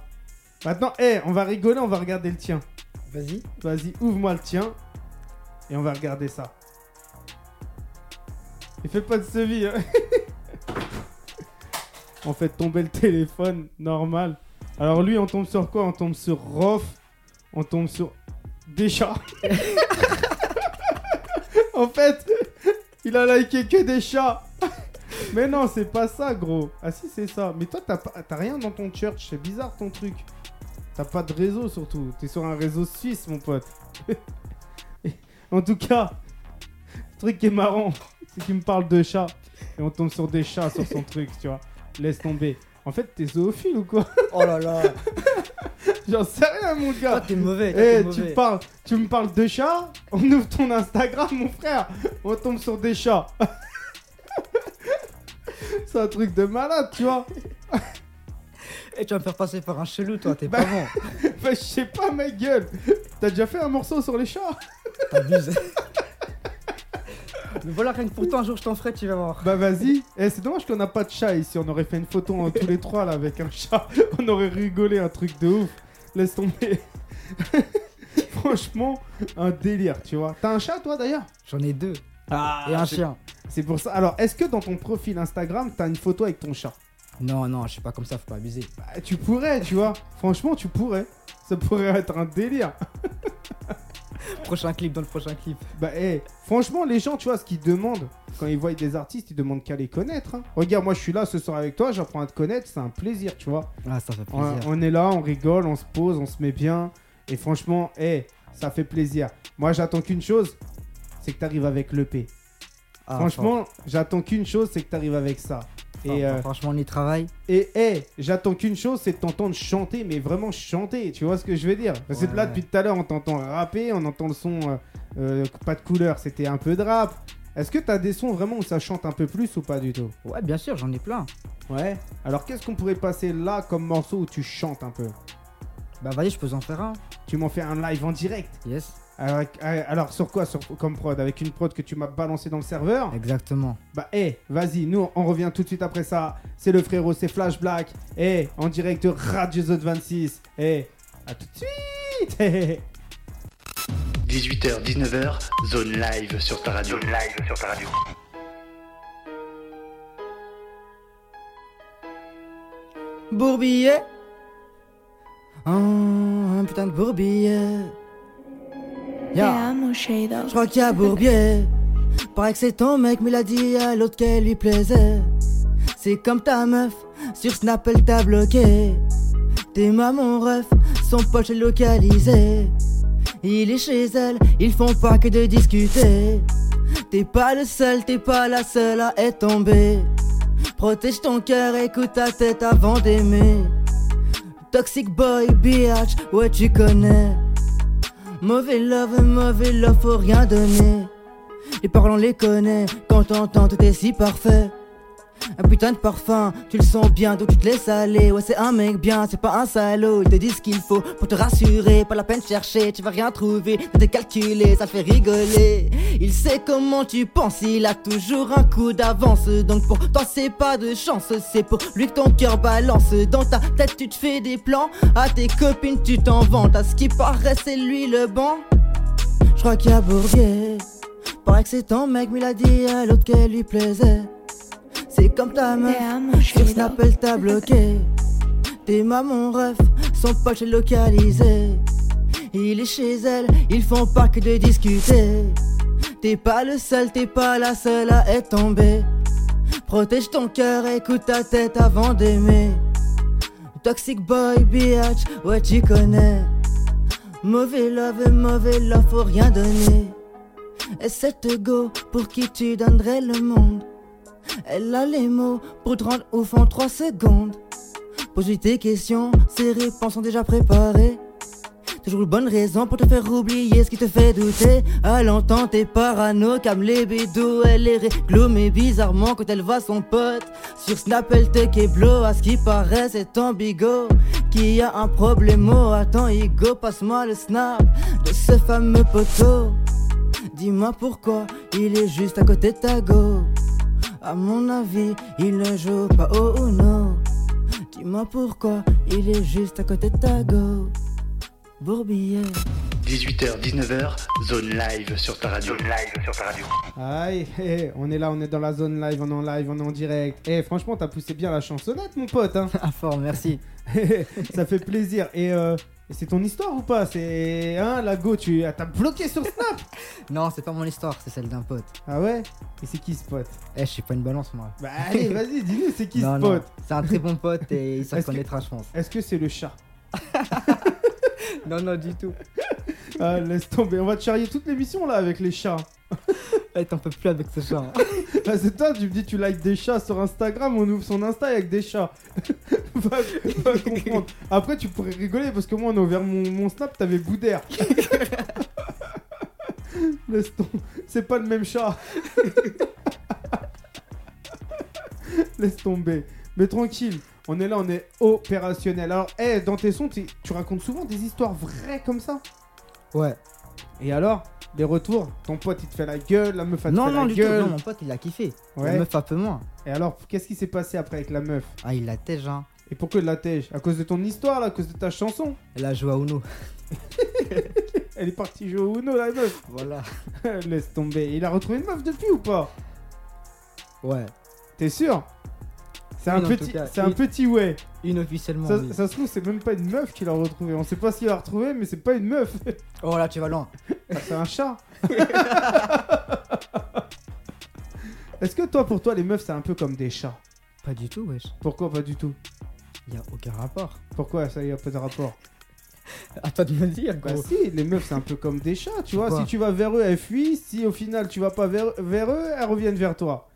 [SPEAKER 3] Maintenant, hé, on va rigoler, on va regarder le tien.
[SPEAKER 4] Vas-y.
[SPEAKER 3] Vas-y, ouvre-moi le tien. Et on va regarder ça. Et fais pas de sevi. Hein. (laughs) on fait tomber le téléphone, normal. Alors lui, on tombe sur quoi On tombe sur Rof. On tombe sur des chats. (laughs) en fait, il a liké que des chats. Mais non, c'est pas ça, gros. Ah si, c'est ça. Mais toi, t'as pas- t'as rien dans ton church. C'est bizarre ton truc. T'as pas de réseau surtout. T'es sur un réseau suisse, mon pote. (laughs) en tout cas, le truc qui est marrant, c'est qu'il me parle de chats. Et on tombe sur des chats sur son truc, tu vois. Laisse tomber. En fait, t'es zoophile ou quoi (laughs)
[SPEAKER 4] Oh là là.
[SPEAKER 3] J'en sais rien, mon
[SPEAKER 4] Toi,
[SPEAKER 3] gars.
[SPEAKER 4] t'es mauvais. toi,
[SPEAKER 3] Eh,
[SPEAKER 4] t'es
[SPEAKER 3] tu,
[SPEAKER 4] mauvais.
[SPEAKER 3] me parles, tu me parles de chats On ouvre ton Instagram, mon frère. On tombe sur des chats. (laughs) c'est un truc de malade, tu
[SPEAKER 4] (laughs)
[SPEAKER 3] vois.
[SPEAKER 4] Eh, tu vas me faire passer par un chelou, toi, t'es
[SPEAKER 3] Bah-
[SPEAKER 4] pas bon.
[SPEAKER 3] Bah, je sais pas, ma gueule. T'as déjà fait un morceau sur les chats
[SPEAKER 4] T'abuses. (laughs) Mais voilà, rien que pour toi, un jour, je t'en ferai, tu vas voir.
[SPEAKER 3] Bah vas-y. Eh, c'est dommage qu'on n'a pas de chat ici. On aurait fait une photo hein, tous les trois là avec un chat. (laughs) On aurait rigolé un truc de ouf. Laisse tomber. (laughs) Franchement, un délire, tu vois. T'as un chat toi d'ailleurs
[SPEAKER 4] J'en ai deux.
[SPEAKER 3] Ah,
[SPEAKER 4] Et un chien.
[SPEAKER 3] C'est pour ça. Alors, est-ce que dans ton profil Instagram, t'as une photo avec ton chat
[SPEAKER 4] Non, non, je suis pas comme ça, faut pas abuser.
[SPEAKER 3] Bah, Tu pourrais, tu vois. Franchement, tu pourrais. Ça pourrait être un délire.
[SPEAKER 4] Prochain clip, dans le prochain clip.
[SPEAKER 3] Bah, eh, franchement, les gens, tu vois, ce qu'ils demandent, quand ils voient des artistes, ils demandent qu'à les connaître. hein. Regarde, moi, je suis là ce soir avec toi, j'apprends à te connaître, c'est un plaisir, tu vois.
[SPEAKER 4] Ah, ça fait plaisir.
[SPEAKER 3] On, on est là, on rigole, on se pose, on se met bien. Et franchement, eh, ça fait plaisir. Moi, j'attends qu'une chose, c'est que t'arrives avec l'EP.
[SPEAKER 4] Ah,
[SPEAKER 3] franchement, j'attends qu'une chose, c'est que t'arrives avec ça.
[SPEAKER 4] fran-
[SPEAKER 3] et,
[SPEAKER 4] fran-
[SPEAKER 3] euh,
[SPEAKER 4] franchement, on y travaille.
[SPEAKER 3] et eh, j'attends qu'une chose, c'est de t'entendre chanter, mais vraiment chanter. Tu vois ce que je veux dire Parce que
[SPEAKER 4] Ouais,
[SPEAKER 3] là,
[SPEAKER 4] ouais.
[SPEAKER 3] depuis tout à l'heure, on t'entend rapper, on entend le son euh, euh, pas de couleur, c'était un peu de rap. Est-ce que t'as des sons vraiment où ça chante un peu plus ou pas du tout
[SPEAKER 4] Ouais, bien sûr, j'en ai plein.
[SPEAKER 3] Ouais. Alors, qu'est-ce qu'on pourrait passer là comme morceau où tu chantes un peu
[SPEAKER 4] Bah, vas-y, je peux en faire un.
[SPEAKER 3] Tu m'en fais un live en direct
[SPEAKER 4] Yes.
[SPEAKER 3] Avec- euh, alors sur quoi sur, comme prod Avec une prod que tu m'as balancé dans le serveur
[SPEAKER 4] Exactement.
[SPEAKER 3] Bah eh, vas-y, nous on revient tout de suite après ça. C'est le frérot, c'est Flash Black. Eh, en direct de Radio Zone 26. Eh, à tout de suite (laughs) Eh, eh.
[SPEAKER 1] 18h, 19h, zone live sur ta radio.
[SPEAKER 2] Zone live sur ta radio.
[SPEAKER 4] Bourbier. Oh, un putain de bourbier. Ya.
[SPEAKER 7] amo, Shadow.
[SPEAKER 4] Je crois qu'il y a Bourbier. Pareil que c'est ton mec, mais il a dit à l'autre qu'elle lui plaisait. C'est comme ta meuf, sur Snap elle t'a bloqué. T'es maman ref, son poche est localisé. Il est chez elle, ils font pas que de discuter. T'es pas le seul, t'es pas la seule à être tombée. Protège ton cœur, écoute ta tête avant d'aimer. Toxic boy, bitch, ouais tu connais. Mauvais love, mauvais love, faut rien donner. Les paroles on les connaît, quand t'entends tout est si parfait. Un putain de parfum, tu le sens bien, donc tu te laisses aller. Ouais, c'est un mec bien, c'est pas un salaud. Il te dit ce qu'il faut pour te rassurer. Pas la peine de chercher, tu vas rien trouver. Tout est calculé, ça fait rigoler. Il sait comment tu penses, il a toujours un coup d'avance. Donc pour toi, c'est pas de chance. C'est pour lui que ton cœur balance. Dans ta tête, tu te fais des plans. À tes copines, tu t'en vantes. À ce qui paraît, c'est lui le bon. Je crois qu'il y a Bourbier. Paraît que c'est ton mec, mais il a dit à l'autre qu'elle lui plaisait. C'est comme ta meuf.
[SPEAKER 7] Te amo,
[SPEAKER 4] Sur
[SPEAKER 7] Shadow.
[SPEAKER 4] Snapple t'a bloqué. T'es maman ref, son poche est localisé. Il est chez elle, ils font pas que de discuter. T'es pas le seul, t'es pas la seule à être tombée. Protège ton cœur, écoute ta tête avant d'aimer. Toxic boy, bitch, ouais tu connais. Mauvais love, mauvais love, faut rien donner. Et cette go pour qui tu donnerais le monde. Elle a les mots pour te rendre ouf en 3 secondes. Pose-lui tes questions, ses réponses sont déjà préparées. Toujours une bonne raison pour te faire oublier ce qui te fait douter. À l'entendre t'es parano, comme les bédos, elle est réglo, mais bizarrement quand elle voit son pote. Sur Snap, elle te keblo, à ce qui paraît, c'est ton bigot. Qui a un problème, oh, attends, Igo, passe-moi le snap de ce fameux poteau. Dis-moi pourquoi il est juste à côté de ta go. À mon avis, il ne joue pas au Uno. Dis-moi pourquoi il est juste à côté de ta go. (laughs) Bourbier.
[SPEAKER 1] 18h, 19h, zone live sur ta radio.
[SPEAKER 2] Zone live sur ta radio.
[SPEAKER 3] Aïe, eh, eh, on est là, on est dans la zone live, on est en live, on est en direct. Eh, franchement, t'as poussé bien la chansonnette, mon pote. Hein. (laughs)
[SPEAKER 4] Ah fort, merci.
[SPEAKER 3] ça fait plaisir. Et euh, et c'est ton histoire ou pas C'est. Hein, la go, tu. ah, T'as bloqué sur Snap
[SPEAKER 4] Non, c'est pas mon histoire, c'est celle d'un pote.
[SPEAKER 3] Ah ouais Et c'est qui ce pote
[SPEAKER 4] Eh, je suis pas une balance moi.
[SPEAKER 3] Bah allez, vas-y, dis-nous, c'est qui
[SPEAKER 4] Non,
[SPEAKER 3] ce
[SPEAKER 4] non,
[SPEAKER 3] pote
[SPEAKER 4] C'est un très bon pote (laughs) et il
[SPEAKER 3] Est-ce
[SPEAKER 4] se
[SPEAKER 3] que-
[SPEAKER 4] reconnaîtra, je pense.
[SPEAKER 3] Est-ce que c'est le chat
[SPEAKER 4] Non, non, du tout.
[SPEAKER 3] Ah, laisse tomber, on va te charrier toute l'émission là avec les chats.
[SPEAKER 4] Eh, T'en peux plus avec ce chat. hein.
[SPEAKER 3] Là, c'est toi, tu me dis, tu likes des chats sur Instagram, on ouvre son Insta avec des chats. (laughs) va, va comprendre. Après, tu pourrais rigoler parce que moi, on a ouvert mon, mon Snap, t'avais Boudère. (laughs) Laisse tomber, c'est pas le même chat. (laughs) Laisse tomber. Mais tranquille, on est là, on est opérationnel. Alors, hé, dans tes sons, t'es- tu racontes souvent des histoires vraies comme ça
[SPEAKER 4] (laughs) Ouais.
[SPEAKER 3] Et alors, les retours, ton pote il te fait la gueule, la meuf elle te
[SPEAKER 4] Non,
[SPEAKER 3] fait
[SPEAKER 4] non,
[SPEAKER 3] la
[SPEAKER 4] du tout.
[SPEAKER 3] gueule.
[SPEAKER 4] Non, mon pote, il a kiffé.
[SPEAKER 3] Ouais.
[SPEAKER 4] La meuf, un peu moins.
[SPEAKER 3] Et alors, qu'est-ce qui s'est passé après avec la meuf
[SPEAKER 4] Ah, il la tège, hein.
[SPEAKER 3] Et pourquoi de la tèche À cause de ton histoire, là, à cause de ta chanson
[SPEAKER 4] Elle a joué à Uno. (laughs)
[SPEAKER 3] Elle est partie jouer au Uno, la meuf (laughs)
[SPEAKER 4] Voilà.
[SPEAKER 3] Laisse tomber. Il a retrouvé une meuf depuis ou pas
[SPEAKER 4] Ouais.
[SPEAKER 3] T'es sûr C'est un,
[SPEAKER 4] Oui, en tout
[SPEAKER 3] petit,
[SPEAKER 4] cas,
[SPEAKER 3] c'est un
[SPEAKER 4] il-
[SPEAKER 3] petit ouais.
[SPEAKER 4] Une officiellement.
[SPEAKER 3] Ça,
[SPEAKER 4] oui.
[SPEAKER 3] ça se trouve, c'est même pas une meuf qu'il a retrouvée. On sait pas s'il l'a retrouvée, mais c'est pas une meuf. (laughs)
[SPEAKER 4] Oh là, tu vas loin.
[SPEAKER 3] Ah, c'est un chat. (laughs) Est-ce que toi, pour toi, les meufs, c'est un peu comme des chats
[SPEAKER 4] Pas du tout, wesh.
[SPEAKER 3] Pourquoi pas du tout
[SPEAKER 4] Y a aucun rapport.
[SPEAKER 3] Pourquoi ça y a pas de rapport
[SPEAKER 4] (laughs) À toi de me dire,
[SPEAKER 3] Bah si, les meufs c'est un peu comme des chats, tu vois.
[SPEAKER 4] Pourquoi
[SPEAKER 3] Si tu vas vers eux, elles fuient. Si au final tu vas pas vers, vers eux, elles reviennent vers toi.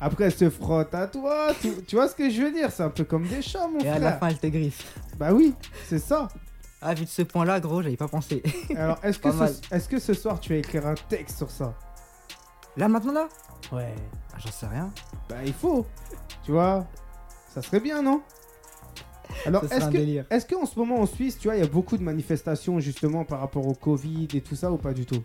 [SPEAKER 3] Après elles se frottent à toi. Tu, tu vois ce que je veux dire C'est un peu comme des chats, mon
[SPEAKER 4] Et à
[SPEAKER 3] frère.
[SPEAKER 4] la fin, elle te griffe.
[SPEAKER 3] Bah oui, c'est ça.
[SPEAKER 4] Ah, vu de ce point-là, gros, j'avais pas pensé.
[SPEAKER 3] Alors est-ce que,
[SPEAKER 4] Pas mal.
[SPEAKER 3] ce, est-ce que ce soir tu vas écrire un texte sur ça
[SPEAKER 4] (laughs) Là, maintenant, là
[SPEAKER 3] Ouais.
[SPEAKER 4] ah, J'en sais rien.
[SPEAKER 3] Bah il faut. Tu vois Ça serait bien, non Alors,
[SPEAKER 4] Ça serait
[SPEAKER 3] est-ce
[SPEAKER 4] un
[SPEAKER 3] que-
[SPEAKER 4] délire.
[SPEAKER 3] est-ce qu'en ce moment en Suisse, tu vois, il y a beaucoup de manifestations justement par rapport au Covid et tout ça ou pas du tout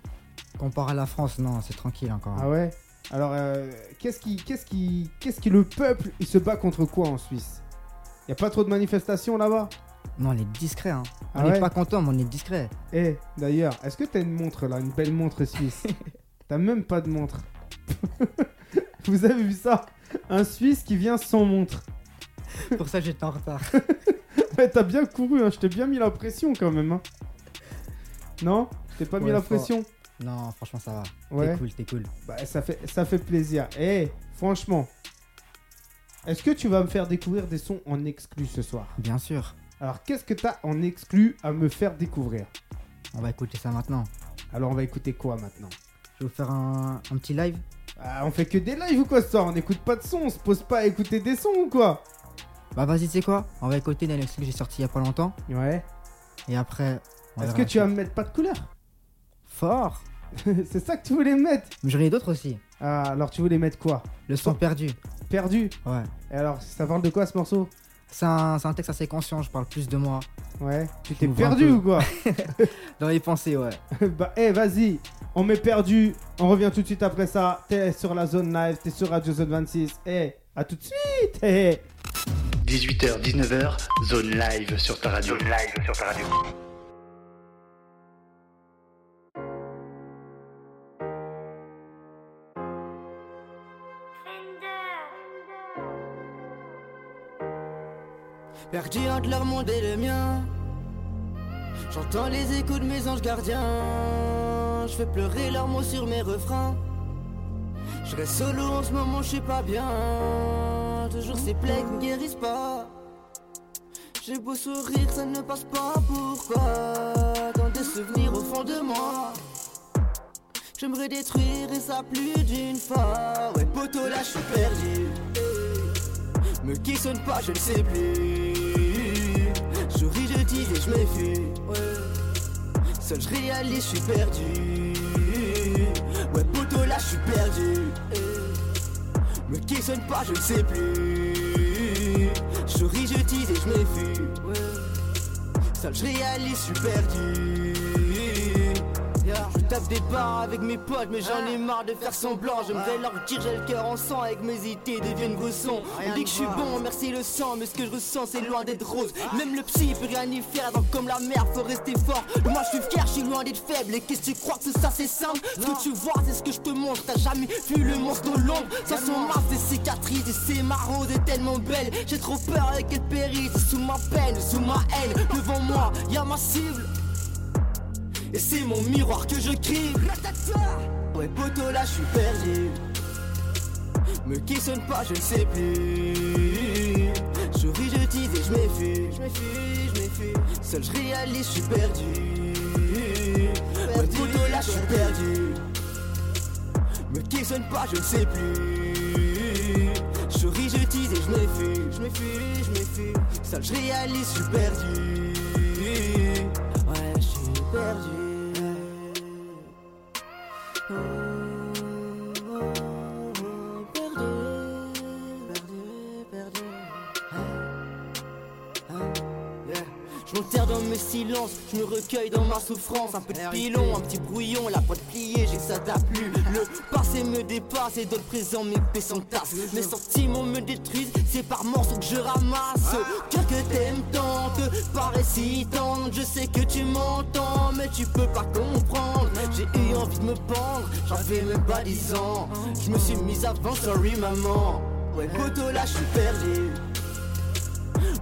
[SPEAKER 4] Comparé à la France, non, c'est tranquille encore.
[SPEAKER 3] Ah ouais Alors, euh, qu'est-ce qui, qu'est-ce qui, qu'est-ce qui le peuple, il se bat contre quoi en Suisse Il y a pas trop de manifestations là-bas
[SPEAKER 4] Non, on est discret. Hein.
[SPEAKER 3] Ah
[SPEAKER 4] on n'est
[SPEAKER 3] ouais
[SPEAKER 4] pas content, mais on est (laughs) discret.
[SPEAKER 3] Eh, d'ailleurs, est-ce que t'as une montre là, une belle montre suisse
[SPEAKER 4] (laughs)
[SPEAKER 3] T'as même pas de montre. (laughs) Vous avez vu ça Un Suisse qui vient sans montre. (laughs)
[SPEAKER 4] Pour ça, j'étais en retard. (laughs)
[SPEAKER 3] Ouais, t'as bien couru, hein, je t'ai bien mis la pression quand même. hein. Non Je t'ai pas mis
[SPEAKER 4] Ouais,
[SPEAKER 3] la
[SPEAKER 4] faut-
[SPEAKER 3] pression
[SPEAKER 4] Non, franchement, ça va.
[SPEAKER 3] Ouais.
[SPEAKER 4] T'es cool, t'es cool.
[SPEAKER 3] Bah, ça fait, ça fait plaisir. Eh, franchement, est-ce que tu vas me faire découvrir des sons en exclu ce soir
[SPEAKER 4] Bien sûr.
[SPEAKER 3] Alors, qu'est-ce que t'as en exclu à me faire découvrir
[SPEAKER 4] On va écouter ça maintenant.
[SPEAKER 3] Alors, on va écouter quoi maintenant
[SPEAKER 4] Je vais vous faire un, un petit live.
[SPEAKER 3] ah, On fait que des lives ou quoi ce soir On n'écoute pas de sons, on se pose pas à écouter des sons ou quoi
[SPEAKER 4] Bah, vas-y, tu sais quoi On va écouter une exclu que j'ai sorti il y a pas longtemps.
[SPEAKER 3] Ouais.
[SPEAKER 4] Et après. on
[SPEAKER 3] Est-ce
[SPEAKER 4] verra
[SPEAKER 3] que
[SPEAKER 4] la
[SPEAKER 3] tu vas
[SPEAKER 4] suite.
[SPEAKER 3] me mettre pas de couleur (laughs)
[SPEAKER 4] Fort
[SPEAKER 3] C'est ça que tu voulais me mettre
[SPEAKER 4] Mais j'en ai d'autres aussi.
[SPEAKER 3] Ah, alors tu voulais mettre quoi
[SPEAKER 4] Le son perdu.
[SPEAKER 3] Perdu
[SPEAKER 4] Ouais.
[SPEAKER 3] Et alors, ça parle de quoi ce morceau
[SPEAKER 4] C'est un, c'est un texte assez conscient, je parle plus de moi.
[SPEAKER 3] Ouais. Tu t'es
[SPEAKER 4] m'ouvre un
[SPEAKER 3] perdu
[SPEAKER 4] peu.
[SPEAKER 3] ou quoi (laughs)
[SPEAKER 4] Dans les pensées, ouais.
[SPEAKER 3] Bah, eh, vas-y, on met perdu. On revient tout de suite après ça. T'es sur la zone live, t'es sur Radio Zone 26. Eh, à tout de suite. Eh, eh.
[SPEAKER 5] 18h, 19h, zone live sur ta radio.
[SPEAKER 1] Zone live sur ta radio.
[SPEAKER 8] Perdu entre leur monde et le mien. J'entends les échos de mes anges gardiens. Je fais pleurer leurs mots sur mes refrains. Je reste solo en ce moment, je suis pas bien. Toujours ces plaies qui ne guérissent pas. J'ai beau sourire, ça ne passe pas. Pourquoi Tant des souvenirs au fond de moi. J'aimerais détruire et ça plus d'une fois. Ouais, poteau, là, je suis perdu. Me qui sonne pas, je ne sais plus. Je ris, je dis et je méfie. Ouais. Seul je réalise, je suis perdu. Ouais, poteau, là, je suis perdu. Eh. Me qui sonne pas, je ne sais plus. Je ris, je dis et je méfie. Ouais. Seul je réalise, je suis perdu. Yeah. Je tape des barres avec mes potes, mais j'en ai marre de faire semblant. J'aimerais leur dire, j'ai le cœur en sang avec mes idées deviennent grossons. On dit que je suis bon, merci le sang, mais ce que je ressens c'est loin d'être rose. Même le psy peut rien y faire, donc comme la mer, faut rester fort. Moi je suis fier, je suis loin d'être faible. Et qu'est-ce que tu crois que ça c'est simple Ce que tu vois, c'est ce que je te montre. T'as jamais vu le monstre dans l'ombre. Ça sont marques des cicatrices, et c'est marrant, c'est tellement belle. J'ai trop peur et qu'elle périsse sous ma peine, sous ma haine. Devant moi, y a ma cible. Et c'est mon miroir que je crie Ouais poteau là je suis perdu Me qui sonne pas je ne sais plus Je ris je dis et je méfie Je méfie, je méfie Seul je réalise je suis perdu Ouais poteau là je suis perdu Me qui sonne pas je ne sais plus Je ris je dis et je méfie Je méfie, je méfie Seul je réalise je suis perdu Ouais je suis perdu Oh, oh, perdu, perdu, perdu. Ah, ah, yeah. Je m'enterre dans mes silences, je me recueille dans ma souffrance. Un peu de pilon, un petit brouillon, la boîte pliée, j'ai que ça t'a plu. Le passé me dépasse et dans le présent mes sans s'entassent. Mes sentiments me détruisent, c'est par morceaux que je ramasse. Cœur que t'aimes tant, te paraît si tendre. Je sais que tu m'entends, mais tu peux pas comprendre. J'ai eu envie de me pendre, j'avais même pas 10 ans. Je me suis mis avant, sorry maman. Ouais, poteau, là je suis perdu.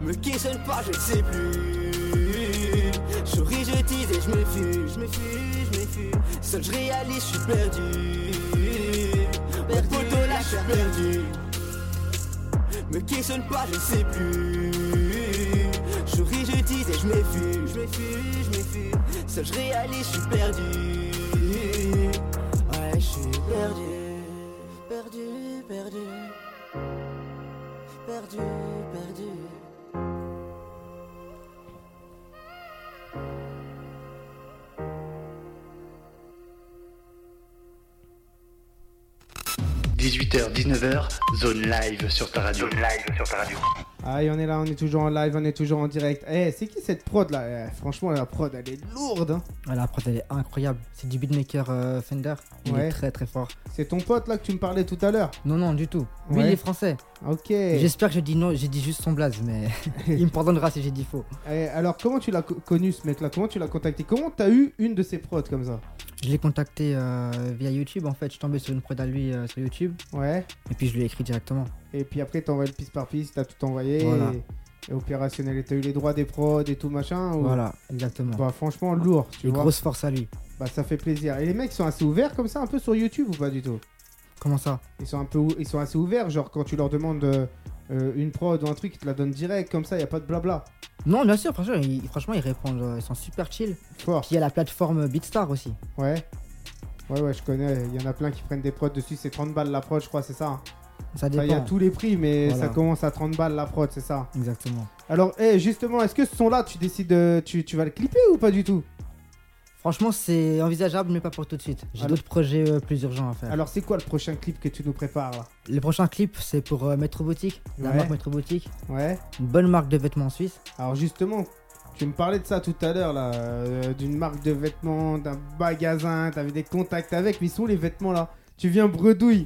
[SPEAKER 8] Me questionne pas, je ne sais plus. Je ris, je dis et je méfie, je méfie, je méfie. Seul je réalise, je suis perdu. Perdu, poteau, là, je suis perdu. Me questionne pas, je ne sais plus. Je ris, je dis et je méfie, je méfie, je méfie. Seul je réalise, je suis perdu. Ouais, je suis perdu, perdu, perdu, perdu, perdu.
[SPEAKER 5] h 19h, zone live sur ta radio.
[SPEAKER 1] Zone live sur ta radio.
[SPEAKER 3] Aïe, on est là, on est toujours en live, on est toujours en direct. Eh, c'est qui cette prod là Eh, Franchement, la prod, elle est lourde. hein.
[SPEAKER 4] Ah, la prod, elle est incroyable. C'est du beatmaker euh, Fender. Il
[SPEAKER 3] Ouais.
[SPEAKER 4] est très très fort.
[SPEAKER 3] C'est ton pote là que tu me parlais tout à l'heure.
[SPEAKER 4] Non, non, du tout. Lui,
[SPEAKER 3] Ouais.
[SPEAKER 4] il est français.
[SPEAKER 3] Ok.
[SPEAKER 4] J'espère que je dis non, j'ai dit juste son blaze,
[SPEAKER 3] (laughs)
[SPEAKER 4] mais il me pardonnera si j'ai dit faux.
[SPEAKER 3] Eh, alors, comment tu l'as co- connu ce mec là Comment tu l'as contacté Comment t'as eu une de ses prods comme ça
[SPEAKER 4] Je l'ai contacté euh, via YouTube en fait. Je suis tombé sur une prod à lui euh, sur YouTube
[SPEAKER 3] Ouais.
[SPEAKER 4] et puis je lui ai écrit directement.
[SPEAKER 3] Et puis après, t'as envoyé le piste par piste, t'as tout envoyé.
[SPEAKER 4] Voilà.
[SPEAKER 3] Et, et opérationnel. Et t'as eu les droits des prods et tout machin. ou-
[SPEAKER 4] Voilà, exactement.
[SPEAKER 3] Bah, franchement, lourd, Oh. tu
[SPEAKER 4] Et
[SPEAKER 3] vois.
[SPEAKER 4] grosse force à lui.
[SPEAKER 3] Bah, ça fait plaisir. Et les mecs sont assez ouverts comme ça, un peu sur YouTube ou pas du tout
[SPEAKER 4] Comment ça
[SPEAKER 3] ils sont un peu ou- ils sont assez ouverts genre quand tu leur demandes euh, euh, une prod ou un truc ils te la donnent direct comme ça y a pas de blabla
[SPEAKER 4] Non, bien sûr, franchement, ils, franchement, ils répondent, euh, ils sont super chill.
[SPEAKER 3] fort
[SPEAKER 4] Puis il y a la plateforme Beatstar aussi.
[SPEAKER 3] ouais ouais ouais je connais il y en a plein qui prennent des prods dessus c'est 30 balles la prod je crois c'est ça hein.
[SPEAKER 4] Ça
[SPEAKER 3] Enfin,
[SPEAKER 4] dépend.
[SPEAKER 3] il y a tous les prix mais
[SPEAKER 4] Voilà.
[SPEAKER 3] ça commence à 30 balles la prod c'est ça
[SPEAKER 4] Exactement.
[SPEAKER 3] alors eh, justement est-ce que ce son là tu décides euh, tu, tu vas le clipper ou pas du tout
[SPEAKER 4] Franchement, c'est envisageable, mais pas pour tout de suite. J'ai
[SPEAKER 3] Alors-
[SPEAKER 4] d'autres projets euh, plus urgents à faire.
[SPEAKER 3] alors c'est quoi le prochain clip que tu nous prépares là
[SPEAKER 4] le prochain clip, c'est pour euh, Metro Boutique, la
[SPEAKER 3] Ouais.
[SPEAKER 4] marque Metro Boutique,
[SPEAKER 3] ouais
[SPEAKER 4] une bonne marque de vêtements en Suisse.
[SPEAKER 3] alors justement tu me parlais de ça tout à l'heure là euh, d'une marque de vêtements d'un magasin t'avais des contacts avec mais ils sont où les vêtements là Tu viens bredouille.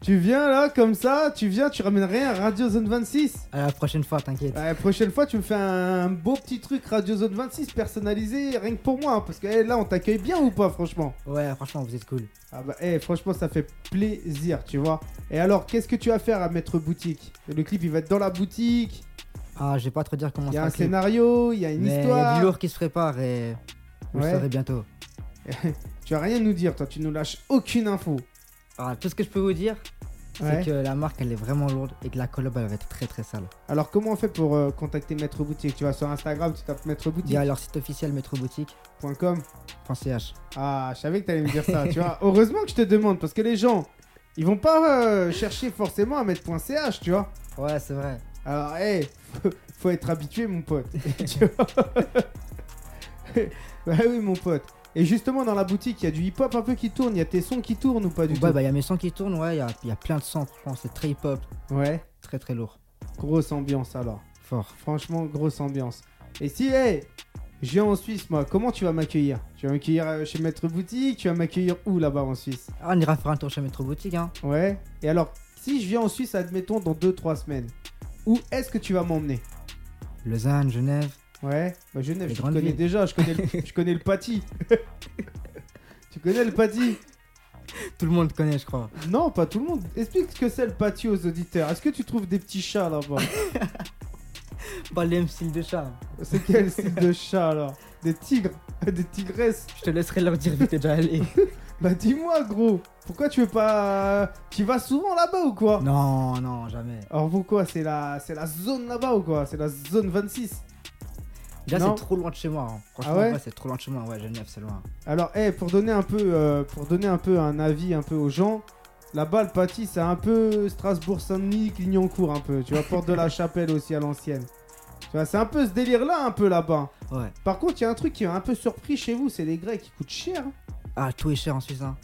[SPEAKER 3] tu viens là comme ça, tu viens, tu ramènes rien à Radio Zone 26.
[SPEAKER 4] À la prochaine fois, t'inquiète.
[SPEAKER 3] La prochaine fois, tu me fais un beau petit truc Radio Zone 26 personnalisé, rien que pour moi. hein, parce que eh, là, on t'accueille bien ou pas, franchement
[SPEAKER 4] Ouais, franchement, vous êtes cool.
[SPEAKER 3] Ah bah, eh, franchement, ça fait plaisir, tu vois. Et alors, qu'est-ce que tu vas faire à Maître Boutique Le clip, il va être dans la boutique.
[SPEAKER 4] Ah, je vais pas trop dire comment
[SPEAKER 3] Il y
[SPEAKER 4] ça
[SPEAKER 3] a un
[SPEAKER 4] le clip,
[SPEAKER 3] scénario, il y a une
[SPEAKER 4] mais Il y a
[SPEAKER 3] histoire.
[SPEAKER 4] du lourd qui se prépare et vous
[SPEAKER 3] Ouais.
[SPEAKER 4] le saurez bientôt.
[SPEAKER 3] Tu vas rien nous dire, toi, tu nous lâches aucune info.
[SPEAKER 4] Ah, tout ce que je peux vous dire,
[SPEAKER 3] Ouais.
[SPEAKER 4] c'est que la marque, elle est vraiment lourde et que la collab, elle va être très très sale.
[SPEAKER 3] Alors, comment on fait pour euh, contacter Maître Boutique Tu vas sur Instagram, tu tapes
[SPEAKER 4] Il y a leur site officiel metroboutique.ch.
[SPEAKER 3] maîtreboutique.com. Ah, je savais que t'allais me dire ça, tu vois. (laughs) Heureusement que je te demande, parce que les gens, ils vont pas euh, chercher forcément à mettre .ch, tu vois.
[SPEAKER 4] Ouais, c'est vrai.
[SPEAKER 3] Alors, hé, faut, faut être habitué, mon pote. (laughs) tu vois bah oui, mon pote. Et justement, dans la boutique, il y a du hip-hop un peu qui tourne, il y a tes sons qui tournent ou pas du
[SPEAKER 4] ouais, bah, il y a mes sons qui tournent, ouais, il y a, il y a plein de sons, franchement, c'est très hip-hop,
[SPEAKER 3] tout Ouais,
[SPEAKER 4] très très lourd.
[SPEAKER 3] grosse ambiance alors.
[SPEAKER 4] Fort.
[SPEAKER 3] Franchement, grosse ambiance. Et si, hé, je viens en Suisse, moi, comment tu vas m'accueillir Tu vas m'accueillir euh, chez Maître Boutique Tu vas m'accueillir où là-bas en Suisse
[SPEAKER 4] Ah, on ira faire un tour chez Metro Boutique, hein.
[SPEAKER 3] Ouais. Et alors, si je viens en Suisse, admettons, dans 2-3 semaines, où est-ce que tu vas m'emmener
[SPEAKER 4] Lausanne, Genève.
[SPEAKER 3] Ouais. Bah, Genève,
[SPEAKER 4] Les
[SPEAKER 3] je te
[SPEAKER 4] grandes
[SPEAKER 3] connais
[SPEAKER 4] villes.
[SPEAKER 3] déjà, je connais le, je connais le pâtis. (laughs) tu connais le pâtis
[SPEAKER 4] Tout le monde connaît, je crois.
[SPEAKER 3] Non, pas tout le monde. Explique ce que c'est le pâtis aux auditeurs. Est-ce que tu trouves des petits chats là-bas
[SPEAKER 4] Pas le même style de chat.
[SPEAKER 3] C'est quel style de chat alors Des tigres (laughs) Des tigresses
[SPEAKER 4] Je te laisserai leur dire vite
[SPEAKER 3] (laughs)
[SPEAKER 4] déjà allé.
[SPEAKER 3] Bah dis-moi, gros. Pourquoi tu veux pas. Tu vas souvent là-bas ou quoi
[SPEAKER 4] non, non, jamais.
[SPEAKER 3] Alors pourquoi C'est la... c'est la zone là-bas ou quoi C'est la zone 26
[SPEAKER 4] Déjà,
[SPEAKER 3] Non.
[SPEAKER 4] c'est trop loin de chez moi. hein. Franchement,
[SPEAKER 3] Ah ouais
[SPEAKER 4] ouais, c'est trop loin de chez moi. Ouais, Genève, c'est loin.
[SPEAKER 3] Alors, eh, pour donner un peu, euh, pour donner un peu un avis un peu aux gens, là-bas, le pâtis, c'est un peu Strasbourg-Saint-Denis, Clignancourt, un peu. Tu vois, Porte
[SPEAKER 4] (laughs)
[SPEAKER 3] de la Chapelle aussi à l'ancienne. Tu vois, c'est un peu ce délire-là, un peu là-bas.
[SPEAKER 4] Ouais.
[SPEAKER 3] Par contre, il y a un truc qui m'a un peu surpris chez vous, c'est les Grecs qui coûtent cher. hein.
[SPEAKER 4] Ah, tout est cher en
[SPEAKER 3] (laughs)
[SPEAKER 4] Suisse, hein.